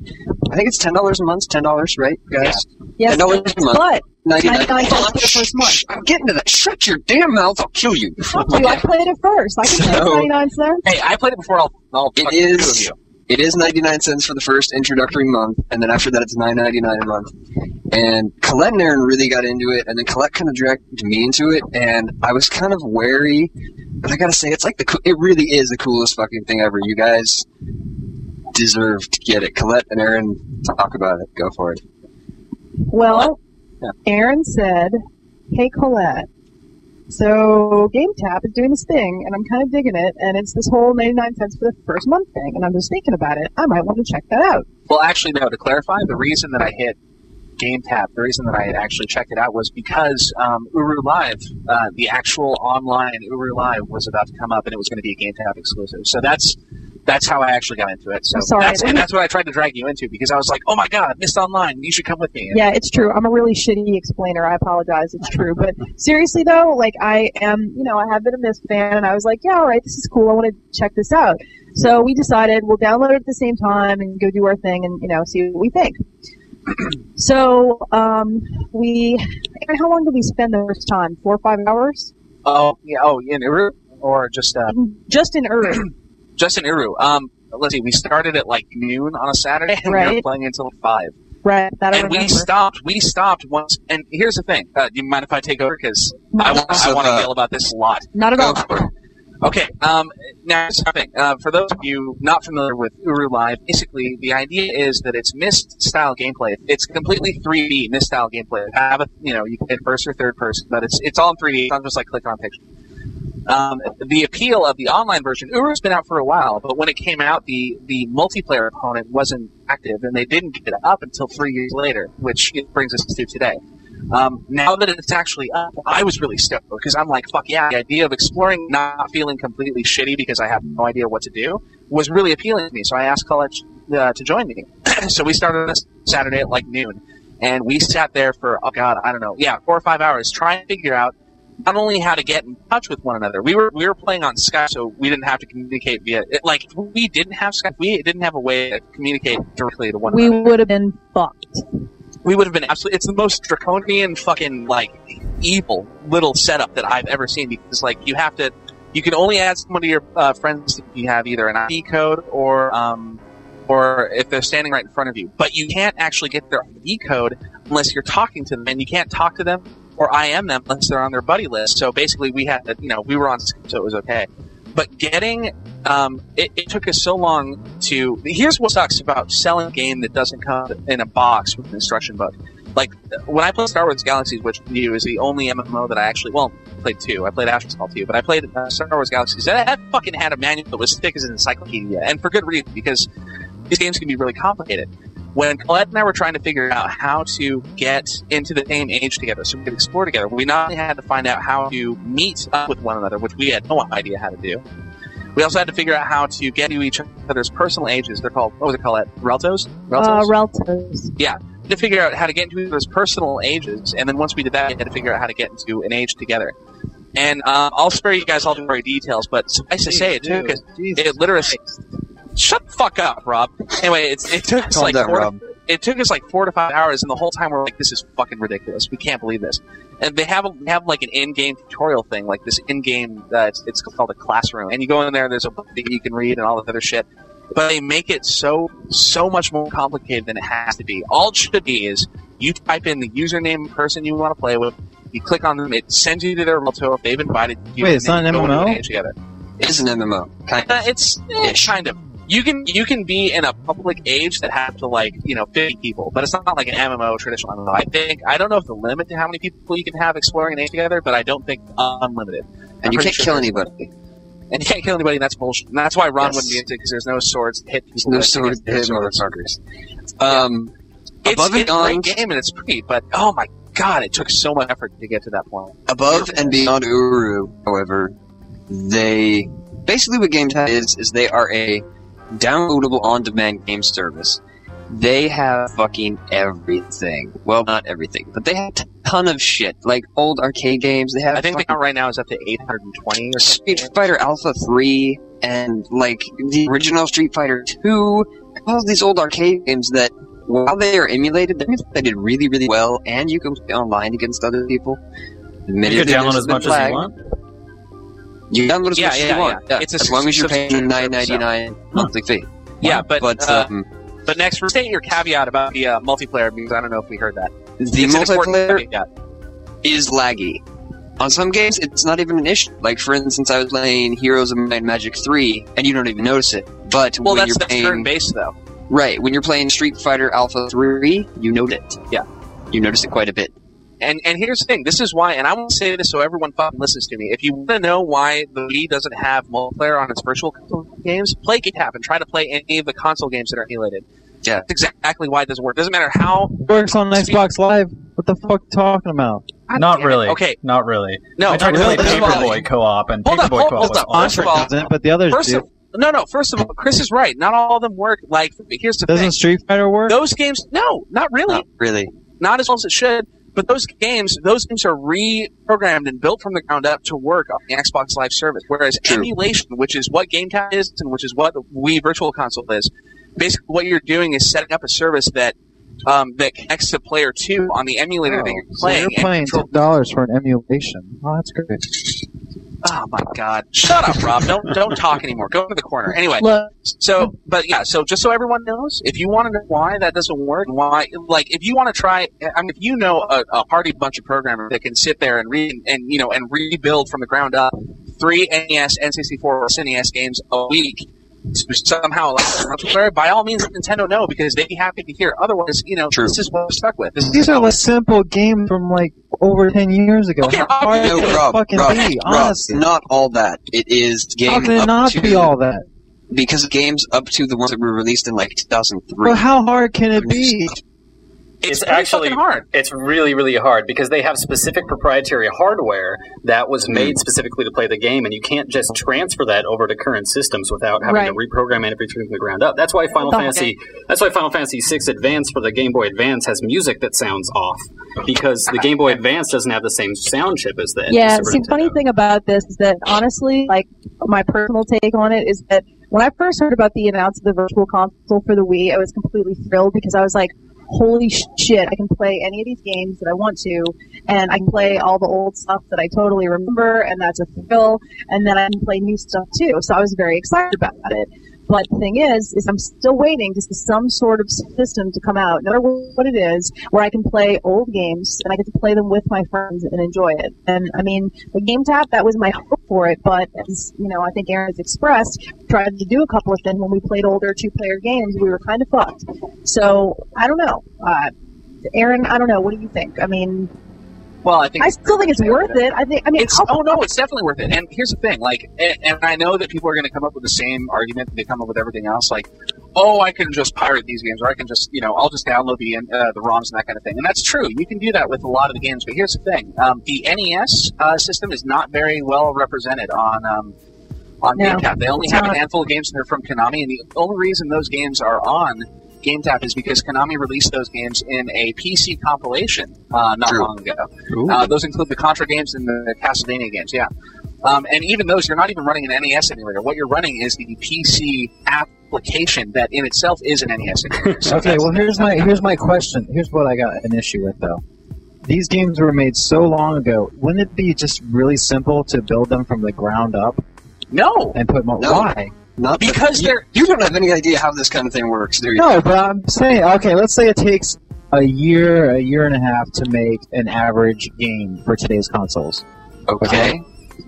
I think it's ten dollars a month. Ten dollars, right, guys? Yes, And no one- but $99. $99 for the Shh, first month. shh, I'm getting to that. Shut your damn mouth! I'll kill you. fuck you, I played it first. I can play So- it 99 cents. Hey, I played it before. All, all It fucking two of is- you. It is ninety nine cents for the first introductory month, and then after that, it's nine ninety nine a month. And Colette and Aaron really got into it, and then Colette kind of dragged me into it, and I was kind of wary. But I gotta say, it's like the coo- it really is the coolest fucking thing ever. You guys deserve to get it. Colette and Aaron, talk about it. Go for it. Well, Yeah. Aaron said, "Hey Colette, so GameTap is doing this thing, and I'm kind of digging it, and it's this whole 99 cents for the first month thing, and I'm just thinking about it. I might want to check that out." Well, actually, no. To clarify, the reason that I hit GameTap, the reason that I had actually checked it out was because um, Uru Live, uh, the actual online Uru Live, was about to come up, and it was going to be a GameTap exclusive. So that's that's how I actually got into it. So I'm sorry, that's, let and me- that's what I tried to drag you into because I was like, oh my god, Mist Online, you should come with me. And Yeah, it's true. I'm a really shitty explainer. I apologize. It's true. But seriously, though, like, I am, you know, I have been a Mist fan, and I was like, yeah, all right, this is cool. I want to check this out. So we decided we'll download it at the same time and go do our thing and, you know, see what we think. So, um, we, Aaron, how long did we spend the first time? Four or five hours? Oh, yeah. Oh, in Uru or just uh, Just in Ur. just in Uru. Um, let's see. We started at like noon on a Saturday, and we were Right. playing until five. right. That I and we remember. stopped. We stopped once. And here's the thing. Uh, do you mind if I take over? Because I, No, want- I So, want to uh, yell about this a lot. not at Go all. for it. Okay, um, now something. Uh, for those of you not familiar with Uru Live, basically the idea is that it's Myst style gameplay. It's completely 3D Myst style gameplay. Have a, you know, you can hit first or third person, but it's it's all in 3D. It's not just like click on picture. Um, the appeal of the online version, Uru's been out for a while, but when it came out, the the multiplayer component wasn't active, and they didn't get it up until three years later, which brings us to today. Um, now that it's actually up, I was really stoked because I'm like, fuck yeah, the idea of exploring, not feeling completely shitty because I have no idea what to do, was really appealing to me. So I asked college uh, to join me. so we started this Saturday at like noon, and we sat there for oh god, I don't know, yeah, four or five hours trying to figure out not only how to get in touch with one another. We were we were playing on Skype, so we didn't have to communicate via it, like if we didn't have Skype. We didn't have a way to communicate directly to one We another would have been fucked. we would have been absolutely. It's the most draconian, fucking like evil little setup that I've ever seen. Because like you have to, you can only add someone to your uh, friends if you have either an ID code or um, or if they're standing right in front of you. But you can't actually get their ID code unless you're talking to them, and you can't talk to them or IM them unless they're on their buddy list. So basically, we had, you know, we were on, Skype, so it was okay. But getting, um, it, it took us so long to. Here's what sucks about selling a game that doesn't come in a box with an instruction book. Like when I played Star Wars Galaxies, which to you is the only MMO that I actually well I played two. I played Astronaut Call two, but I played uh, Star Wars Galaxies. That, that fucking had a manual that was thick as an encyclopedia, and for good reason because these games can be really complicated. When Colette and I were trying to figure out how to get into the same age together so we could explore together, we not only had to find out how to meet up with one another, which we had no idea how to do, we also had to figure out how to get to each other's personal ages. They're called, what was it called? Reltos? Reltos? Uh, relatives. to figure out how to get into each other's personal ages, and then once we did that, we had to figure out how to get into an age together. And um, I'll spare you guys all the gory details, but suffice to say, it took us. It literally. Shut the fuck up, Rob. Anyway, it's, it took us Calm like down, four, to- Rob. it took us like four to five hours, and the whole time we're like, "This is fucking ridiculous. We can't believe this." And they have a, they have like an in-game tutorial thing, like this in-game. Uh, it's, it's called a classroom, and you go in there. There's a book that you can read and all this other shit. But they make it so so much more complicated than it has to be. All it should be is you type in the username of the person you want to play with. You click on them. It sends you to their Roto if they've invited you. Wait, and it's then not you an go into MMO? age Together. It is an MMO. Kind Uh, of. it's eh, kind of. You can you can be in a public age that have to like you know fifty people, but it's not like an MMO traditional MMO. I think I don't know if the limit to how many people you can have exploring an age together, but I don't think unlimited. I'm And you pretty can't sure kill there's- anybody. And you can't kill anybody. And that's bullshit. And that's why Ron Yes. wouldn't be into because there's no swords to hit people. No with. sword There's hit swords. motherfuckers. Um, It's, Above and it's a great beyond. game and it's pretty, but oh my god, it took so much effort to get to that point. above and beyond Uru, however, they basically what Game Time is is they are a downloadable on-demand game service. They have fucking everything. Well, not everything, but they have a ton of shit like old arcade games. They have I think the fucking count right now is up to 820 or something. Street Fighter Alpha 3 and like the original Street Fighter 2, all these old arcade games that while they are emulated, they're emulated really, really well, and you can play online against other people. You Admittedly, can download there's as been much as lag. you want. You download as Yeah, much as yeah, you want. yeah. Yeah. It's a as long as you're paying subscription nine service, ninety so. nine monthly fee. Yeah, but, but uh, um, but next, restate your caveat about the uh, multiplayer because I don't know if we heard that. the It's an important multiplayer caveat. is laggy. On some games, it's not even an issue. Like for instance, I was playing Heroes of Might and Magic three, and you don't even notice it. But Well, when that's you're that's playing turn based though. Right. When you're playing Street Fighter Alpha 3, you note it. Yeah. You notice it quite a bit. And and here's the thing. This is why, and I want to say this so everyone fucking listens to me. If you want to know why the Wii doesn't have multiplayer on its virtual console games, play GitHub and try to play any of the console games that are emulated. Yeah. that's exactly why it doesn't work. Doesn't matter how. Works on Xbox Live. What the fuck talking about? God Not damn it. really. Okay. Not really. No. I tried to really, play first of all- Paperboy co-op, and Hold up, Paperboy hold- co-op hold was up. First awesome. of all- doesn't, but the others First do. of, no, no. First of all, Chris is right. Not all of them work. Like here's the Doesn't thing. Street Fighter work? Those games, no, not really. Not really. not as well as it should. But those games, those games are reprogrammed and built from the ground up to work on the Xbox Live service. Whereas True. emulation, which is what GameCat is and which is what the Wii Virtual Console is, basically what you're doing is setting up a service that um, that connects to player two on the emulator that you're Oh, so playing. you're and playing control- ten dollars for an emulation. Oh, that's great. oh my god! Shut up, Rob! Don't don't talk anymore. Go to the corner. Anyway, Look, So, but yeah, so just so everyone knows, if you want to know why that doesn't work, why, like, if you want to try, I mean, if you know a, a hardy bunch of programmers that can sit there and read and, you know, and rebuild from the ground up three E NES, N64, or SNES games a week to somehow allow them to play, by all means, let Nintendo know because they'd be happy to hear. Otherwise, you know, True. this is what we're stuck with. This is These are how like simple games from like over ten years ago. Okay, How hard No, can it Rob, fucking Rob, be? Rob, honestly, not all that. It is how game can it up not to be all that? because games up to the ones that were released in like 2003. But how hard can it be? It's pretty actually- fucking hard. It's really, really hard because they have specific proprietary hardware that was made specifically to play the game, and you can't just transfer that over to current systems without having to reprogram everything from the ground up. That's why Final Okay. Fantasy. That's why Final Fantasy VI Advance for the Game Boy Advance has music that sounds off because the Game Boy Advance doesn't have the same sound chip as the E Yeah, Super see, funny Nintendo. thing about this is that honestly, like my personal take on it is that when I first heard about the announce of the virtual console for the Wii, I was completely thrilled because I was like, "Holy shit! I can play any of these games that I want to, and I can play all the old stuff that I totally remember, and that's a thrill. And then I can play new stuff too." So I was very excited about it. But the thing is, is I'm still waiting to see some sort of system to come out, no matter what it is, where I can play old games and I get to play them with my friends and enjoy it. And I mean, the game tap that was my hope for it, but as you know, I think Aaron has expressed, tried to do a couple of things when we played older two-player games, we were kind of fucked. So I don't know, uh, Aaron, I don't know. What do you think? I mean, Well, I think I still think it's worth it. I think. I mean, It's I'll- oh no, it's definitely worth it. And here's the thing, like, and, and I know that people are going to come up with the same argument that they come up with everything else, like, oh, I can just pirate these games, or I can just, you know, I'll just download the uh, the ROMs and that kind of thing. And that's true. You can do that with a lot of the games. But here's the thing: um, the NES uh, system is not very well represented on. Um, on No, GameTap, they only it's have not. a handful of games that are from Konami, and the only reason those games are on GameTap is because Konami released those games in a PC compilation uh, not True. long ago. Uh, those include the Contra games and the Castlevania games, yeah. Um, and even those, you're not even running an NES emulator. What you're running is the PC application that in itself is an NES emulator. So Okay, that's- well here's my here's my question. Here's what I got an issue with though. These games were made so long ago. Wouldn't it be just really simple to build them from the ground up no, and put more? No. Why? Not that- because they're you don't have any idea how this kind of thing works, do you? No, but I'm saying okay. Let's say it takes a year, a year and a half to make an average game for today's consoles. Okay.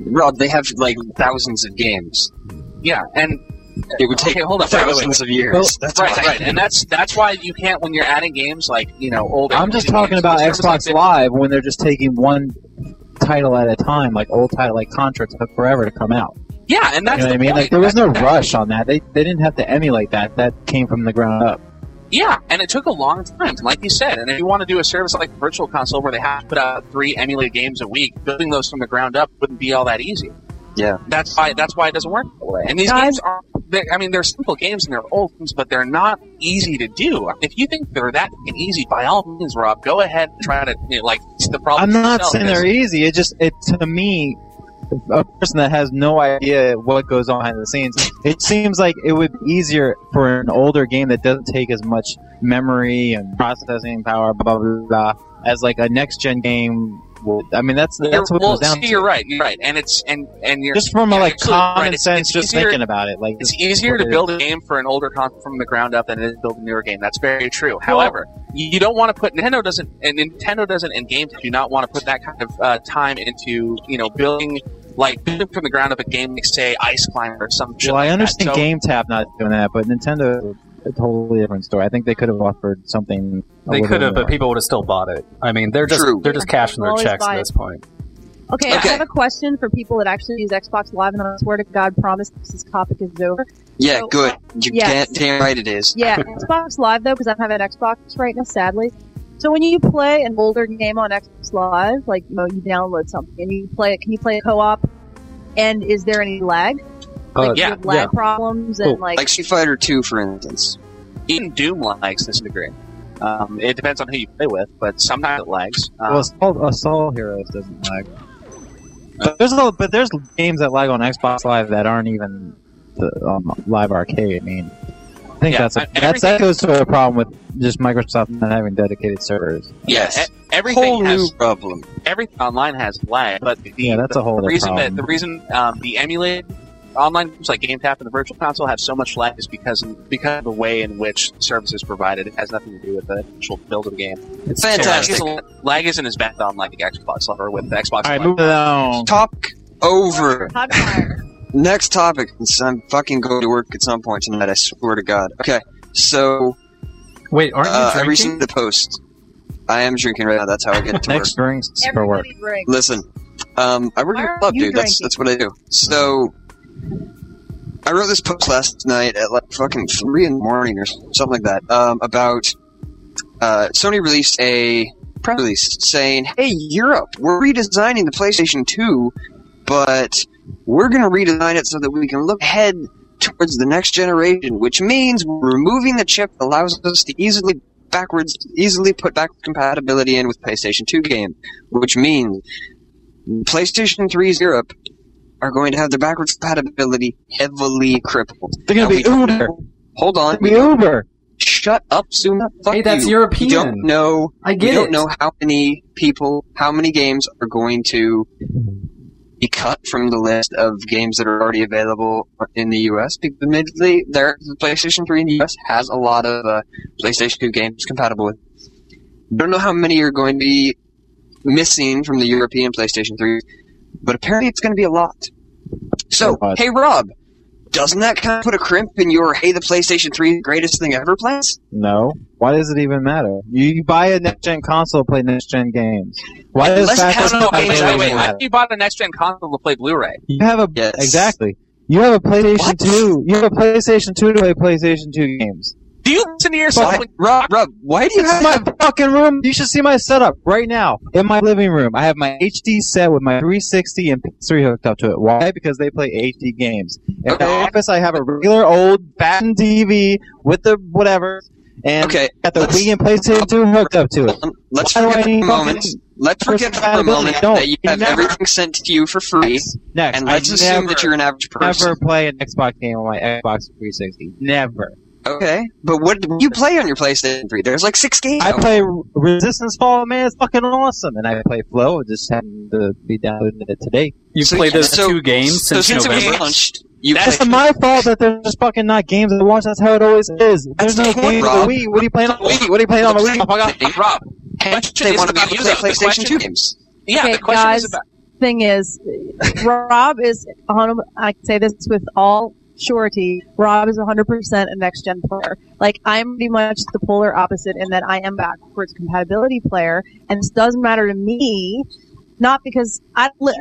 Rob, they have like thousands of games. yeah, and It would take Okay, hold on. Wait, wait, wait. thousands of years. Well- That's right, why. right, and that's that's why you can't when you're adding games like you know old. E I'm just games, talking about because there was Xbox like Live when they're just taking one title at a time, like old title, like Contra took forever to come out. the- Yeah, and that's you know what I the mean? Like point. there was no That's- that's- rush on that. They they didn't have to emulate that. That came from the ground up. Yeah, and it took a long time, like you said. And if you want to do a service like Virtual Console where they have to put out three emulated games a week, building those from the ground up wouldn't be all that easy. Yeah. That's why that's why it doesn't work that way. And these Guys- games are they're- I mean, they're simple games and they're old games, but they're not easy to do. If you think they're that fucking easy, by all means, Rob, go ahead and try to you know, like fix the problem. I'm not yourself, saying 'cause- they're easy. It just it to me, a person that has no idea what goes on behind the scenes, it seems like it would be easier for an older game that doesn't take as much memory and processing power, blah blah blah, blah as like a next gen game. would. I mean, that's You're- that's what well, it comes down see, to. you're right. You're right, and it's and and you're Just from a yeah, like absolutely right. common It's- sense, it's just easier- thinking about it, like It's easier to Yeah. build a game for an older console from the ground up than it is to build a newer game. That's very true. However, you you don't want to put Nintendo doesn't and Nintendo doesn't and games do not want to put that kind of uh, time into you know building like building from the ground up a game like say Ice Climber or some. shit Well, I like that. understand So- GameTap not doing that, but Nintendo a totally different story. I think they could have offered something. a They little could have, more. but people would have still bought it. I mean, they're just Oh, True. they're just cashing their Always checks buy at it. this point. Okay, Okay. I have a question for people that actually use Xbox Live, and I swear to God, promise this topic is over. Yeah, So- good. You Yes. can't damn right it is. Yeah, Xbox Live though, because I don't have an Xbox right now, sadly. So when you play an older game on Xbox Live, like you, know, you download something and you play it, can you play it co-op? And is there any lag? Uh, Do you yeah, have lag yeah. problems and Cool. like, Like Street Fighter 2, for instance. even Doom lags to some degree. Um, it depends on who you play with, but sometimes it lags. Um, Well, Assault, Assault Heroes doesn't lag. But there's a, but there's games that lag on Xbox Live that aren't even the, um, live arcade. I mean, I think Yeah, that's a, and that's that goes to a problem with just Microsoft not having dedicated servers. Yes. e- everything Whole has new problem. everything online has lag, but the, Yeah, that's a whole the other reason problem. that the reason um, the emulated online games like GameTap and the Virtual Console have so much lag is because because of the way in which service is provided. It has nothing to do with the actual build of the game. It's So lag, Fantastic. isn't, lag isn't as bad on like Xbox Live or with Xbox. All right, Live. moving on. Talk over. Hotfire. Next topic. since I'm fucking going to work at some point tonight. I swear to God. Okay, so Wait, aren't you uh, I drinking? recently the post. I am drinking right now. That's how I get to work. Next drinks for work. Everybody drinks. Listen, um, I work in Why a are club, you dude. That's drinking? that's what I do. So, I wrote this post last night at like fucking three in the morning or something like that. Um, about uh, Sony released a press release saying, "Hey, Europe, we're redesigning the PlayStation 2, but we're gonna redesign it so that we can look ahead." Towards the next generation, which means we're removing the chip that allows us to easily backwards, easily put back compatibility in with PlayStation 2 games, which means PlayStation 3's Europe are going to have their backwards compatibility heavily crippled. They're gonna Now, be we don't Uber. know- Hold on. Be Uber. Shut up, Suna. Fuck Hey, that's you. European. We don't know. I We get don't it. know how many people, how many games are going to be cut from the list of games that are already available in the U.S. Because admittedly, there the PlayStation 3 in the U.S. has a lot of uh, PlayStation 2 games compatible with. Don't know how many are going to be missing from the European PlayStation 3, but apparently it's going to be a lot. So, Yeah, but- hey Rob, doesn't that kind of put a crimp in your "Hey, the PlayStation 3 is greatest thing ever" plans? No. Why does it even matter? You buy a next gen console, play next gen games. Why does Unless that you have No, no, I wait, wait, mean, wait, I wait. mean, I thought you bought a next gen console to play Blu-ray. You have a Yes. exactly. You have a PlayStation What? Two. You have a PlayStation Two to play PlayStation Two games. Do you listen to yourself? Why, Rob, Rob, why do you It's have in my fucking room. You should see my setup right now in my living room. I have my HD set with my 360 and PS3 hooked up to it. Why? Because they play HD games. In Okay. my office, I have a regular old fattened TV with the whatever, and Okay, got the let's- Wii and PlayStation 2 hooked up to it. Um, let's Why do I forget for a need moment. fucking Let's forget for a personality? moment Don't. that you You have never- everything sent to you for free, Next, and let's I assume never, that you're an average person. never play an Xbox game on my Xbox 360. Never. Okay, but what do you play on your PlayStation 3? There's like six games. I out. play Resistance Fall, man. It's fucking awesome. And I play Flow. I just happened to be downloading it today. You've So- played those so- two games so since, since it November. was launched, you That's played my fault that there's just fucking not games to watch. That's how it always is. There's no That's the point, games Rob. on the Wii. What are you playing on the Wii? What are you playing on the Wii? Oh my God, Rob. Hence, question they is want to be about able to you, play though. The PlayStation question- 2 games. Yeah, Okay, the question guys. is about. Thing is, Rob is on. I can say this with all surety. Rob is 100% a next gen player. Like I'm pretty much the polar opposite in that I am backwards compatibility player, and this does matter to me. Not because I li-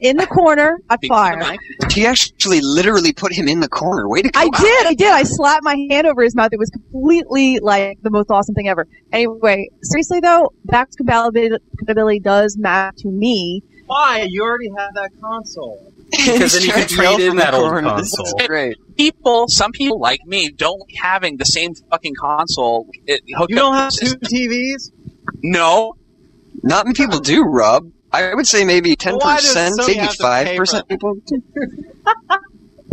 in the corner, I Speak to the fire. mic. She actually literally put him in the corner. Way to go. I did, I did. I slapped my hand over his mouth. It was completely like the most awesome thing ever. Anyway, seriously though, backwards compatibility compatibility does matter to me. Why? You already have that console. Because then you Straight could trade yelled in from the that old corner. This is console. Great. People, some people like me, don't like having the same fucking console. It, hooked You up don't to have the two system. TVs? No, Not many people do, Rob. I would say maybe 10%, Why does Sony maybe have to pay 5% people.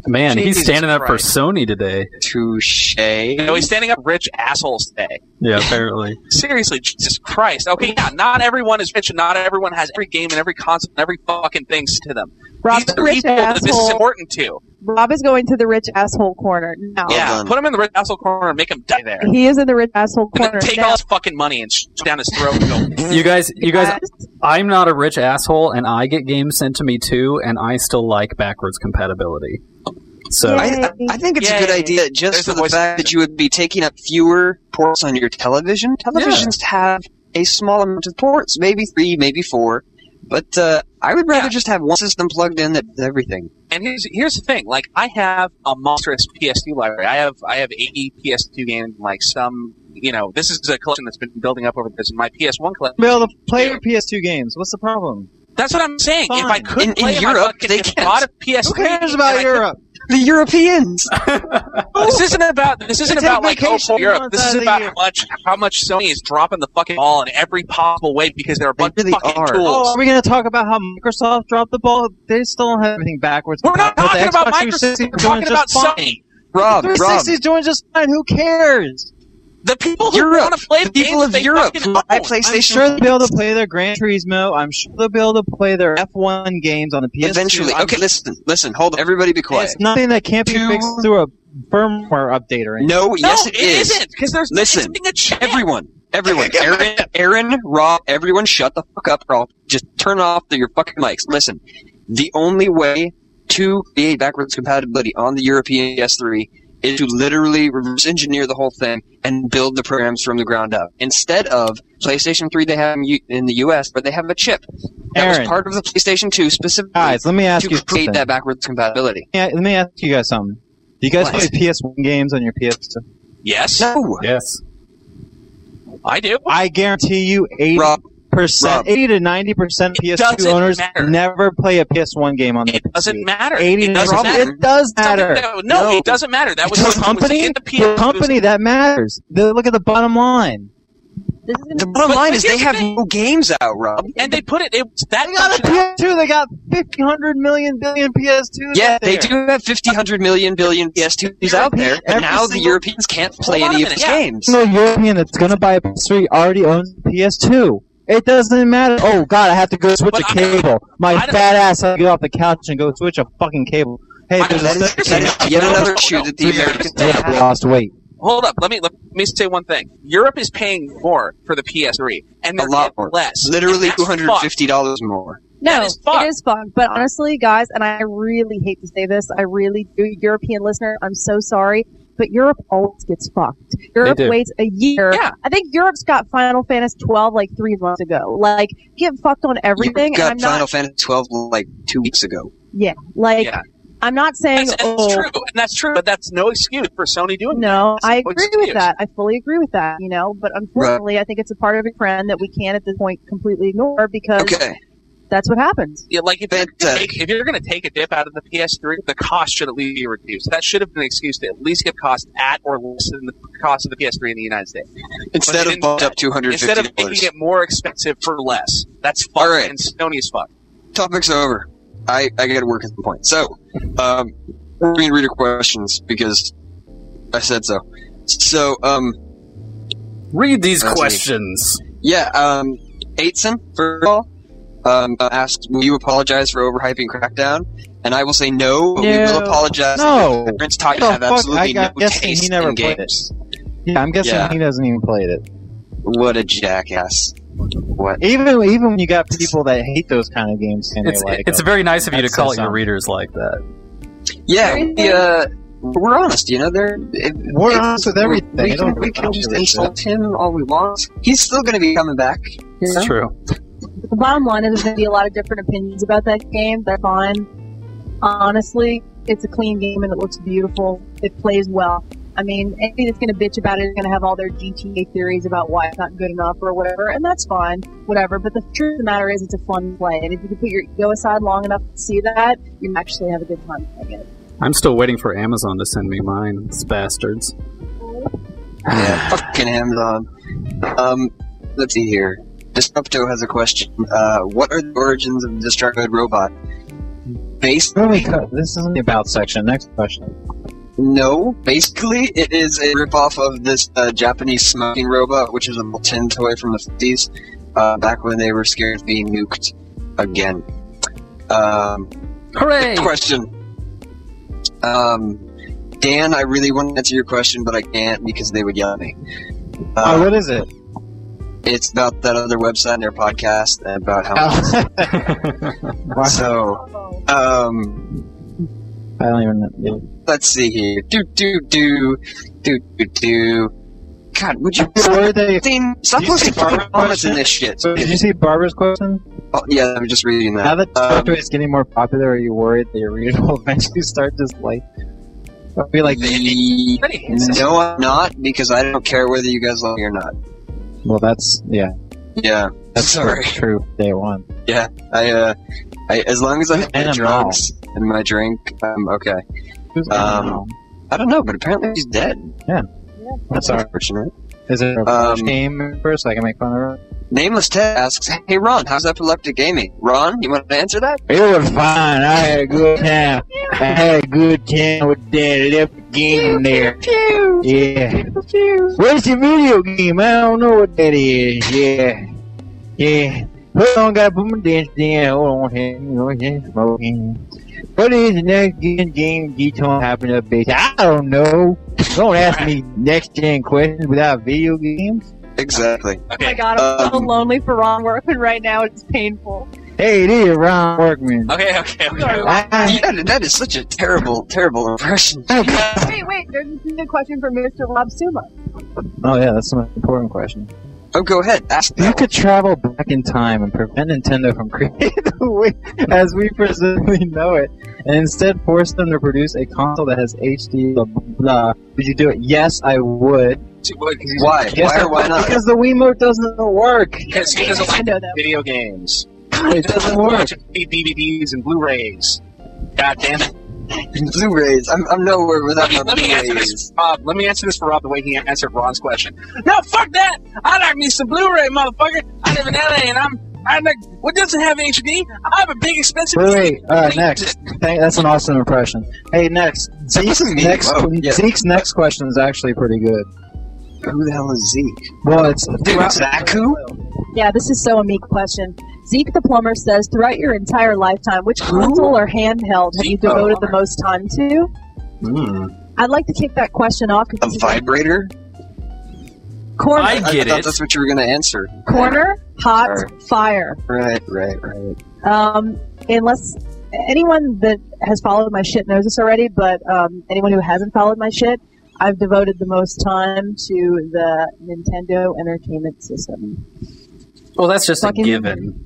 Man, he's Jesus standing up Christ. for Sony today. Touche. you know, he's standing up rich assholes today. Yeah, apparently. Seriously, Jesus Christ. Okay, yeah, not everyone is rich, and not everyone has every game and every console and every fucking thing to them. Rob's These a are rich people that this is asshole. important to. Rob is going to the rich asshole corner now. yeah, done. put him in the rich asshole corner and make him die there. He is in the rich asshole And corner then take now. all his fucking money and shove it down his throat and go, You guys, you guys, Yes. I'm not a rich asshole, and I get games sent to me too, and I still like backwards compatibility. So Yeah. I, I think it's a good Yay. idea just There's for the the voice fact that you would be taking up fewer ports on your television. Televisions have a small amount of ports, maybe three, maybe four. But uh, I would rather Yeah. just have one system plugged in that does everything. And here's here's the thing. Like I have a monstrous PS2 library. I have I have 80 PS2 games. Like some, you know, this is a collection that's been building up over this. And my PS1 collection. Be able to play your PS2 games. What's the problem? That's what I'm saying. If I Fine. could In- in play my Europe, fucking- they if I can't. bought a PS2. Who cares game about and I Europe? The Europeans. could- This isn't about this isn't They take about like oh vacation for Europe. months This out is of the about year. how much how much Sony is dropping the fucking ball in every possible way because they're a They bunch really of fucking are. tools. Oh, are we going to talk about how Microsoft dropped the ball? They still don't have anything backwards. We're not compatible. talking The about Xbox 360 Microsoft. is We're doing talking about just fine. Sony. Rob, Rob, 360 is doing just fine. Who cares? The people who Europe. want to play the People games of they Europe fucking who buy own. I'm PlayStation. sure they'll be able to play their Gran Turismo. I'm sure they'll be able to play their F1 games on the PS2. Eventually, I'm- okay. Listen, listen. Hold on. Everybody, be quiet. It's nothing that can't be Two- fixed through a firmware update or anything. No, No, yes, it is. isn't because there's Listen, it's being a chance. Everyone, everyone, Aaron, Aaron, Rob, everyone, shut the fuck up, Rob. Just turn off the, your fucking mics. Listen, the only way to create backwards compatibility on the European PS3 is to literally reverse engineer the whole thing and build the programs from the ground up. Instead of PlayStation 3, they have in U- in the US, but they have a chip that was Aaron. part of the PlayStation 2 specifically Guys, let me ask to you create something. that backwards compatibility. Yeah, let me ask you guys something. Do you guys What? play PS1 games on your PS2? Yes, No, Yes. I do. I guarantee you, eighty Rob, Rob. percent, eighty to ninety percent PS2 doesn't owners matter. never play a PS1 game on It their doesn't PS2. matter. Eighty it to doesn't 90%. matter. It does matter. That- no, No. it doesn't matter. That was The something that was company, in the PS. the company that matters. They look at the bottom line. This is the gonna bottom But- line but is here's they the have thing. no games out, Rob. and they put it. It was that They got a PS2. They got fifteen hundred million billion PS2. Yeah, they do have 50, 100 million billion PS2s out there, but Every now the single- Europeans can't play Hold on any a of minute, these yeah. games. No European that's gonna buy a PS3 already owns a PS2. It doesn't matter. Oh God, I have to go switch But a I- cable. My I don't- fat ass, I get off the couch and go switch a fucking cable. Hey, I- there's That is, a that is yet No, another no, issue no. that the Americans they have have. lost weight. Hold up. Let me let me say one thing. Europe is paying more for the PS3, and A they're lot getting more. less. Literally And that's fucked. $250 more. No, That is fucked. it is fucked. But honestly, guys, and I really hate to say this, I really do. European listener, I'm so sorry, but Europe always gets fucked. Europe do. waits a year. Yeah. I think Europe's got Final Fantasy 12 like three months ago. Like, get fucked on You everything. And got I'm Final not. Fantasy 12 like two weeks ago. Yeah, like Yeah. I'm not saying. That's, that's oh, true, and that's true. But that's no excuse for Sony doing that. No, I What's agree the with use? that. I fully agree with that. You know, but unfortunately, I think it's a part of a trend that we can at this point completely ignore because Okay. that's what happens. Yeah, like if you're, gonna Fantastic. take, if you're gonna take a dip out of the PS3, the cost should at least be reduced. That should have been an excuse to at least get cost at or less than the cost of the PS3 in the United States. Instead they of didn't bumped up Instead of making $250. it more expensive for less, that's fucked All right. and Sony is fucked. Topic's over. I, I gotta work at some point. So, um, we're going to read your questions because I said so. So, um, Read these That's me. questions. Yeah, um, Aitson, first of all, um, uh, asked, will you apologize for overhyping Crackdown? And I will say no, but we No. will apologize. No. The Parents taught you What have the fuck? absolutely I got- no guessing he taste never in played games. Yeah, I'm guessing Yeah. he doesn't even play it. What a jackass. What? Even even when you got people that hate those kind of games, and It's, they like "Oh, it's them. very nice of you to That's call so out your sad. readers like that. Yeah, we, uh, we're honest, you know, they're... It, We're it's- honest with we- everything. We I can, don't we can give a just shit. insult him all we want. He's still gonna be coming back. It's Yeah. true. The bottom line is there's going to be a lot of different opinions about that game. They're fine. Honestly, it's a clean game and it looks beautiful. It plays well. I mean, anybody that's going to bitch about it is going to have all their GTA theories about why it's not good enough or whatever, and that's fine, whatever. But the truth of the matter is, it's a fun play, and if you can put your ego aside long enough to see that, you actually have a good time playing it. I'm still waiting for Amazon to send me mine. These bastards. Yeah, fucking Amazon. Um, let's see here. Disrupto has a question. Uh, what are the origins of the Destructoid Robot? Based Where do we cut? This isn't the about section. Next question. no, basically it is a ripoff of this uh, Japanese smoking robot, which is a little tin toy from the fifties, uh, back when they were scared of being nuked again. Um, Hooray! question. Um, Dan, I really want to answer your question, but I can't because they would yell at me. Uh, oh, what is it? It's about that other website and their podcast and about how much. so um I don't even. know. let's see here. Do do do do do do God, would you Where they? Dean, stop you posting see Barbara's fucking comments in this shit. So did you see Barbara's question? Oh, yeah, I'm just reading Now that. that Um, Doctor is getting more popular, are you worried that your reader will eventually start just like? I'll be like, the- no, I'm not because I don't care whether you guys love me or not. well, that's yeah, Yeah, that's Sorry. true. Day one. I uh, I, as long as I have my Animal. drugs and my drink, I'm okay. Who's Um, I don't know, but apparently he's dead. that's our. unfortunate. Is it a Um, team member so I can make fun of her? Nameless Ted asks, "Hey Ron, how's epileptic gaming? Ron, you want to answer that? It was fine. I had a good time. I had a good time with that left game there. Yeah. Where's the video game? I don't know what that is. Yeah. Yeah. Hold on, gotta put my dance down. Hold on here. Hold on here. Smoking. What is the next gen game G-Tone happened to be? I don't know. Don't ask me next gen questions without video games. Exactly. Oh my Okay. god, I'm so Um, lonely for Ron Workman right now. It's painful. Hey, it is Ron Workman. Okay, okay, okay. I, That, that is such a terrible, terrible impression. Wait, wait, there's a question for Mr. Lobsuma. oh yeah, that's an important question. Oh, go ahead, ask If you that. could travel back in time and prevent Nintendo from creating the Wii as we presently know it, and instead force them to produce a console that has HD, blah, blah, blah, would you do it? Yes, I would. Why? Yes, why I or why would, not? Because the Wiimote doesn't work. Because he doesn't like Nintendo, though. video games. God, it doesn't work. DVDs and Blu-rays. God damn it. Blu-rays. I'm, I'm nowhere without Let my me, let me answer Blu-rays. this, Rob. Let me answer this for Rob the way he answered Ron's question. No, fuck that! I like me some Blu-ray, motherfucker. I live in LA and I'm, I like, what doesn't have HD? I have a big expensive. Wait, wait, alright, next. Thank, that's an awesome impression. Hey, next. Zeke's me. next, Wow, yeah. Zeke's next question is actually pretty good. Who the hell is Zeke? Well, it's. Dude, Zaku? Yeah, this is so a meek question. Zeke the Plumber says, throughout your entire lifetime, which console or handheld have you Zeke the devoted the Plumber. most time to? I'd like to kick that question off A because vibrator? corner, I get I thought it. that's what you were gonna answer. corner, hot, Alright. fire. Right, right, right. Um, unless anyone that has followed my shit knows this already, but um, anyone who hasn't followed my shit, I've devoted the most time to the Nintendo Entertainment System. Well, that's just Fucking- a given.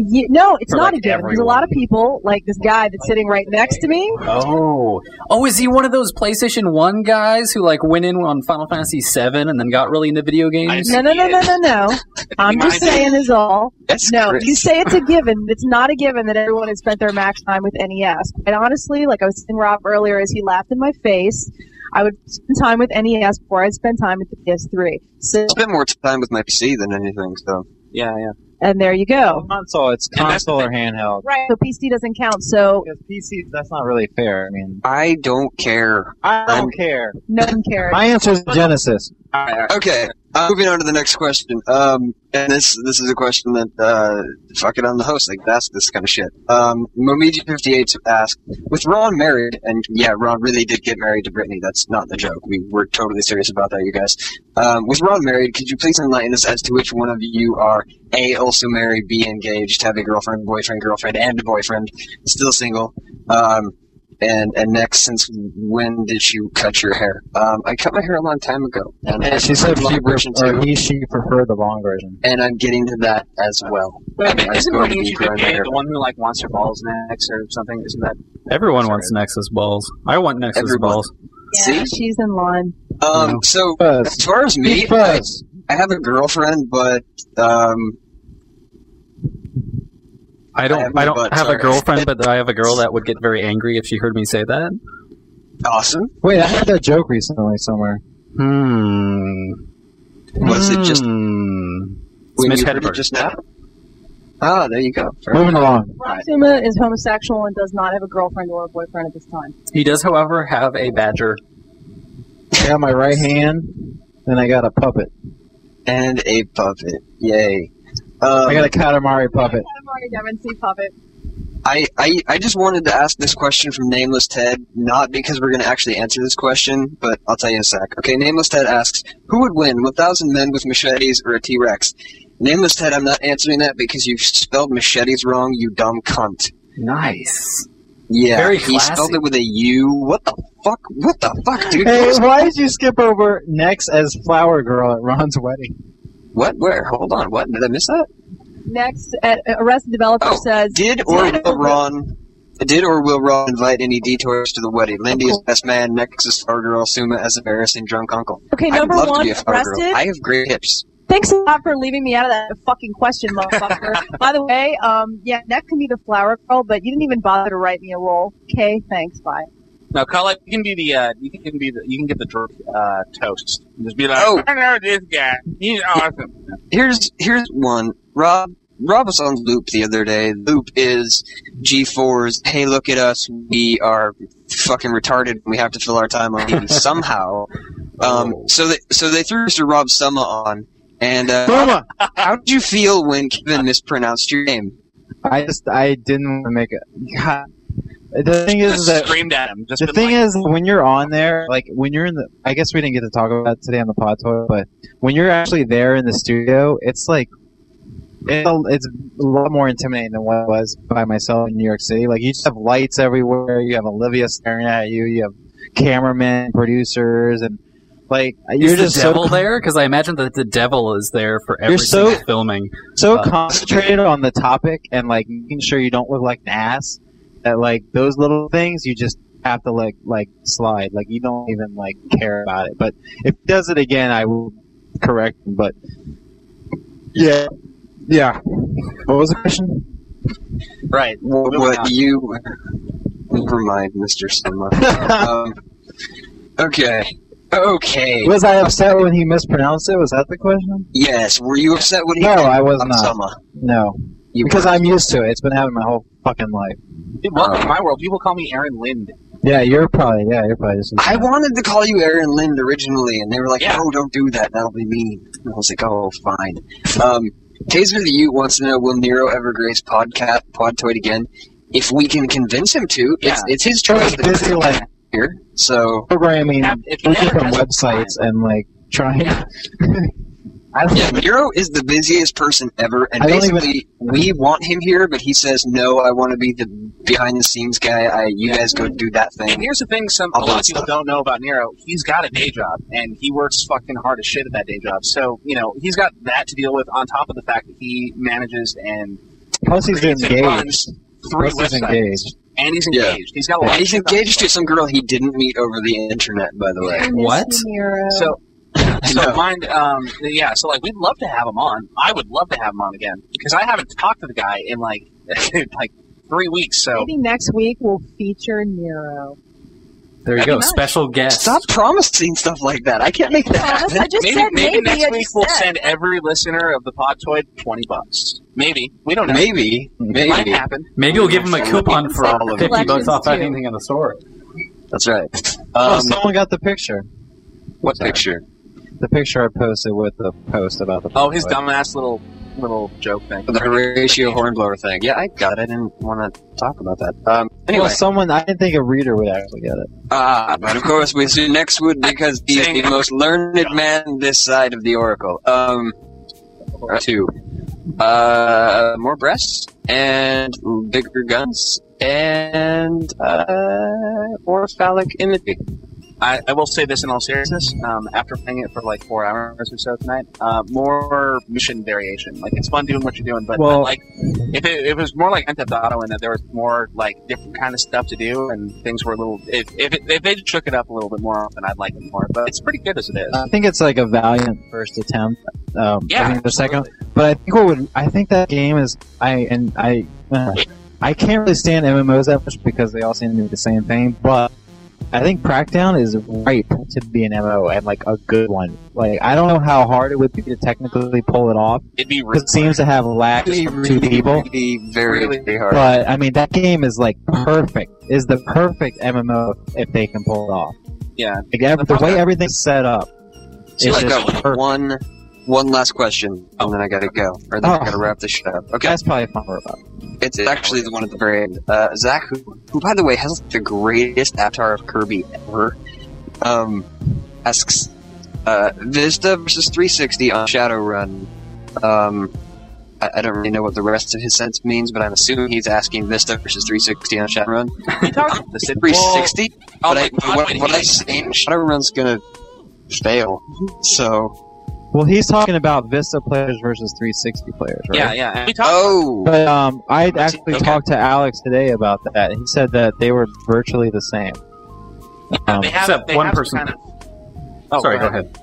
You, no, it's For, not like, a given. There's a lot of people, like this guy that's sitting right next to me. Oh, oh, is he one of those PlayStation One guys who like went in on Final Fantasy Seven and then got really into video games? No, no, no, no, no, no. I'm just saying is all. That's No, great. you say it's a given. It's not a given that everyone has spent their max time with NES. And honestly, like I was saying Rob earlier, as he laughed in my face, I would spend time with NES before I'd spend time with the PS3. So, I spent more time with my PC than anything, so. Yeah, yeah. and there you go. Console, it's And that's the console or handheld. Right. So PC doesn't count. So Because PC, that's not really fair. I mean, I don't care. I don't I'm- care. no one cares. My answer is Genesis. All right, all right. Okay, uh, moving on to the next question. Um, and this this is a question that uh, fuck it, I'm the host. Like that's this kind of shit. Um, Momiji 58 asked, with Ron married, and yeah, Ron really did get married to Brittany. That's not the joke. We we're totally serious about that, you guys. Um, with Ron married, could you please enlighten us as to which one of you are a also married, b engaged, have a girlfriend, boyfriend, girlfriend, and a boyfriend, still single. Um, and and next, since when did you cut your hair? Um, I cut my hair a long time ago, and I She said long she version pref- too. or he she preferred the long version. And I'm getting to that as well. Wait a minute, I'm Isn't going to Luigi be growing my hair. the one who like wants her balls next or something? Isn't that? Everyone wants Nexus balls. I want Nexus Everyone. balls. Yeah, See? she's in line. Um, so Fuzz. as far as me, I, Fuzz. I have a girlfriend, but um, I I don't. have I, no don't butt, have sorry. a girlfriend, but I have a girl that would get very angry if she heard me say that. awesome. Wait, I heard that joke recently somewhere. Hmm. Was it Mm, just- Hmm. It's When Mitch you heard it Hedberg. just now. Ah, there you go. Fair Moving along. Roxuma is homosexual and does not have a girlfriend or a boyfriend at this time. He does, however, have a badger. I got my right hand, and I got a puppet. and a puppet. Yay. Um, I got a Katamari puppet. Katamari Damacy puppet. I, I, I just wanted to ask this question from Nameless Ted, not because we're going to actually answer this question, but I'll tell you in a sec. Okay, Nameless Ted asks, who would win, 1,000 men with machetes or a T-Rex? Nameless Ted, I'm not answering that because you spelled machetes wrong, you dumb cunt. Nice. Yeah, Very he spelled classy. it with a U. What the fuck? What the fuck, dude? Hey, why did you skip over Nex as flower girl at Ron's wedding? What? Where? Hold on. What? Did I miss that? Next, at Arrested Developer Oh, says, Did or will Ron? Did or will Ron invite any detours to the wedding? Lindy is best man, Nex is star girl, Suma as embarrassing drunk uncle. okay, I would number love to one, be a photo girl. Arrested. I have great hips. Thanks a lot for leaving me out of that fucking question, motherfucker. By the way, um, yeah, that can be the flower girl, but you didn't even bother to write me a role. Okay, thanks, bye. Now, Colette, you can be the uh, you can be the you can get the drunk uh, toast. And just be like, Oh. I know this guy. He's awesome. Here's here's one. Rob Rob was on Loop the other day. Loop is G4's. Hey, look at us. We are fucking retarded. and We have to fill our time on TV somehow. Um, Oh. so they so they threw Mr. Rob Summa on. And uh, Boomer! how did you feel when Kevin mispronounced your name? I just I didn't want to make it. God. The thing is Just that screamed at him. Just the been thing like, is when you're on there, like when you're in the. I guess we didn't get to talk about it today on the pod tour, but when you're actually there in the studio, it's like. It's a, it's a lot more intimidating than what it was by myself in New York City. Like you just have lights everywhere. You have Olivia staring at you. You have cameramen, producers, and like you're is just the so devil there because I imagine that the devil is there for every You're so- single filming. so Uh, concentrated on the topic and like making sure you don't look like an ass that like those little things you just have to like like slide like you don't even like care about it but if he does it again i will correct him but yeah yeah what was the question right. What, Moving what on. you? Never mind, Mr. Summa. um, okay, okay. was i upset when he mispronounced it was that the question Yes. Were you upset when he? no i was Rob not Summa. no You because i'm used to it it's been happening my whole fucking life Dude, welcome to my world. People call me Aaron Lind. yeah you're probably yeah you're probably just I wanted to call you Aaron Lind originally, and they were like, Yeah. "No, don't do that. That'll be mean." And I was like, "Oh, fine." Um, Taser the Ute wants to know: Will Nero ever grace podcast Podtoid again? If we can convince him to, it's, it's his choice. He's busy like here, so programming Have- if you looking ever from has websites and like trying. I don't. yeah, Nero is the busiest person ever, and I don't even- basically we want him here, but he says, "No, I want to be the behind the scenes guy. I, you guys go do that And thing." here's the thing: some A a lot lot of of people stuff. don't know about Nero. He's got a day job, and he works fucking hard as shit at that day job. So you know he's got that to deal with, on top of the fact that he manages and Plus he's creates and engaged. runs three Plus he's websites. engaged. and he's Yeah. engaged. He's got a lot. of He's shit on engaged to some girl he didn't meet over the internet, by the way. What? So, So, so No. mind, um, yeah. So like, we'd love to have him on. I would love to have him on again because I haven't talked to the guy in like, like three weeks. So maybe next week we'll feature Nero. There you That'd be go, nice. special guest. Stop promising stuff like that. I can't make that happen. I just maybe, said maybe, maybe. next I week just we'll said. send every listener of the Podtoid twenty bucks. Maybe we don't know. Maybe, It might maybe. happen. Maybe we'll give him a Someone coupon can for sell all of fifty it. bucks off Collections, too. anything in the store. That's right. Oh, Um, someone got the picture. what picture? The picture I posted with the post about the. Oh, his dumbass little little joke thing. The Horatio Hornblower thing. Yeah, I got it. I didn't want to talk about that. Um, Anyway, anyway, someone I didn't think a reader would actually get it. ah, but of course we see next would because he's the most learned man this side of the Oracle. Um, two, uh, more breasts and bigger guns and uh, or phallic imagery. I, I will say this in all seriousness. Um, after playing it for like four hours or so tonight, uh, more mission variation. Like it's fun doing what you're doing, but Well- but, like if it, if it was more like Grand Theft Auto and that there was more like different kind of stuff to do and things were a little. If if, it, if they just shook it up a little bit more, then I'd like it more. But it's pretty good as it is. I think it's like a valiant first attempt. Um, I Yeah, think the second, but I think what would I think that game is I and I. uh, I can't really stand MMOs that much because they all seem to be the same thing, but I think Crackdown is ripe to be an MMO and like a good one. Like I don't know how hard it would be to technically pull it off. It'd be It seems to have lacks from two people. really, very, Really? very hard. But I mean that game is like perfect. Is the perfect MMO if they can pull it off. Yeah. uh, Like, ev- the way everything's set up. So is I've just got perfect. one, one last question, and then I gotta go, or then I Oh. gotta wrap this shit up. Okay, That's probably fun for about. it's actually the one at the very end. Uh, Zach, who, who by the way has the greatest avatar of Kirby ever, um, asks, uh, Vista versus 360 on Shadowrun. Um, I, I don't really know what the rest of his sentence means, but I'm assuming he's asking Vista versus 360 on Shadowrun. He talked about this. It- 360, Well, but I, oh my God, what, wait, what he- I seen, Shadowrun's gonna fail. So. Well, he's talking about Vista players versus 360 players, right? yeah, yeah. And we talked. Oh, But um, I actually Okay. talked to Alex today about that. He said that they were virtually the same. Um, they have, Except they one have some person. Kind of, oh, Sorry, go ahead.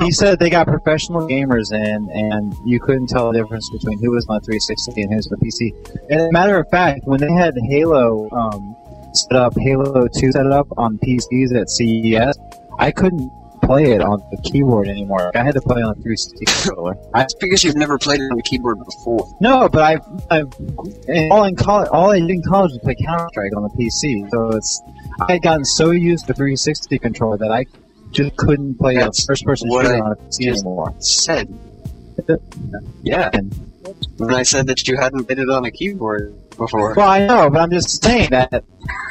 he said they got professional gamers in, and you couldn't tell the difference between who was on 360 and who was on PC. And as a matter of fact, when they had Halo um, set up Halo 2 set up on PCs at CES, I couldn't play it on the keyboard anymore. I had to play it on a 360 controller. I, It's because you've never played it on the keyboard before. no, but I, I and all in college, all I did in college was play Counter Strike on the PC. So it's I had gotten so used to 360 controller that I just couldn't play a That's first person what shooter I on a PC just- anymore. Said Yeah. when I said that you hadn't played it on a keyboard before. Well, I know, but I'm just saying that.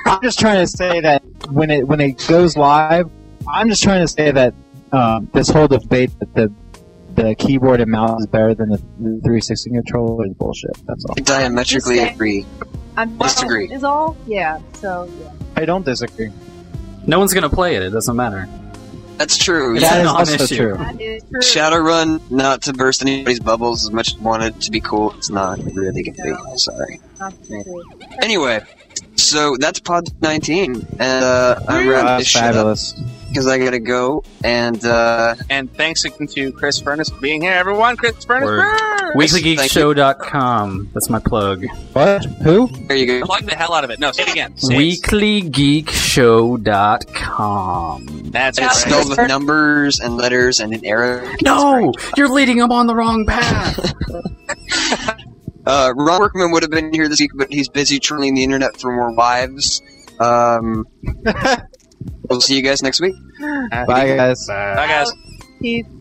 I'm just trying to say that when it when it goes live, I'm just trying to say that um, this whole debate that the the keyboard and mouse is better than the 360 controller is bullshit. That's all. Diametrically agree. I'm Disagree. Is all? Yeah. So yeah. I don't disagree. No one's gonna play it. It doesn't matter. That's true. Yeah. That is not an also issue. true. That is true. Shadowrun, not to burst anybody's bubbles as much as I wanted to be cool, it's not really gonna be. Sorry. Not true. Anyway, so that's Pod 19, and uh, I'm wrapping That's this shit up fabulous. because I gotta go. And uh, And thanks again to Chris Furness for being here, everyone. Chris Furness, Word. Ah, burn! WeeklyGeekShow.com. That's my plug. What? Who? there you go. plug the hell out of it. No, say it again. Say it. WeeklyGeekShow.com. That's And it's right. spelled with numbers and letters and an arrow. No, you're leading them on the wrong path. Uh, Ron Workman would have been here this week, but he's busy trolling the internet for more wives. Um, we'll see you guys next week. Bye, guys. Bye, guys. Keith.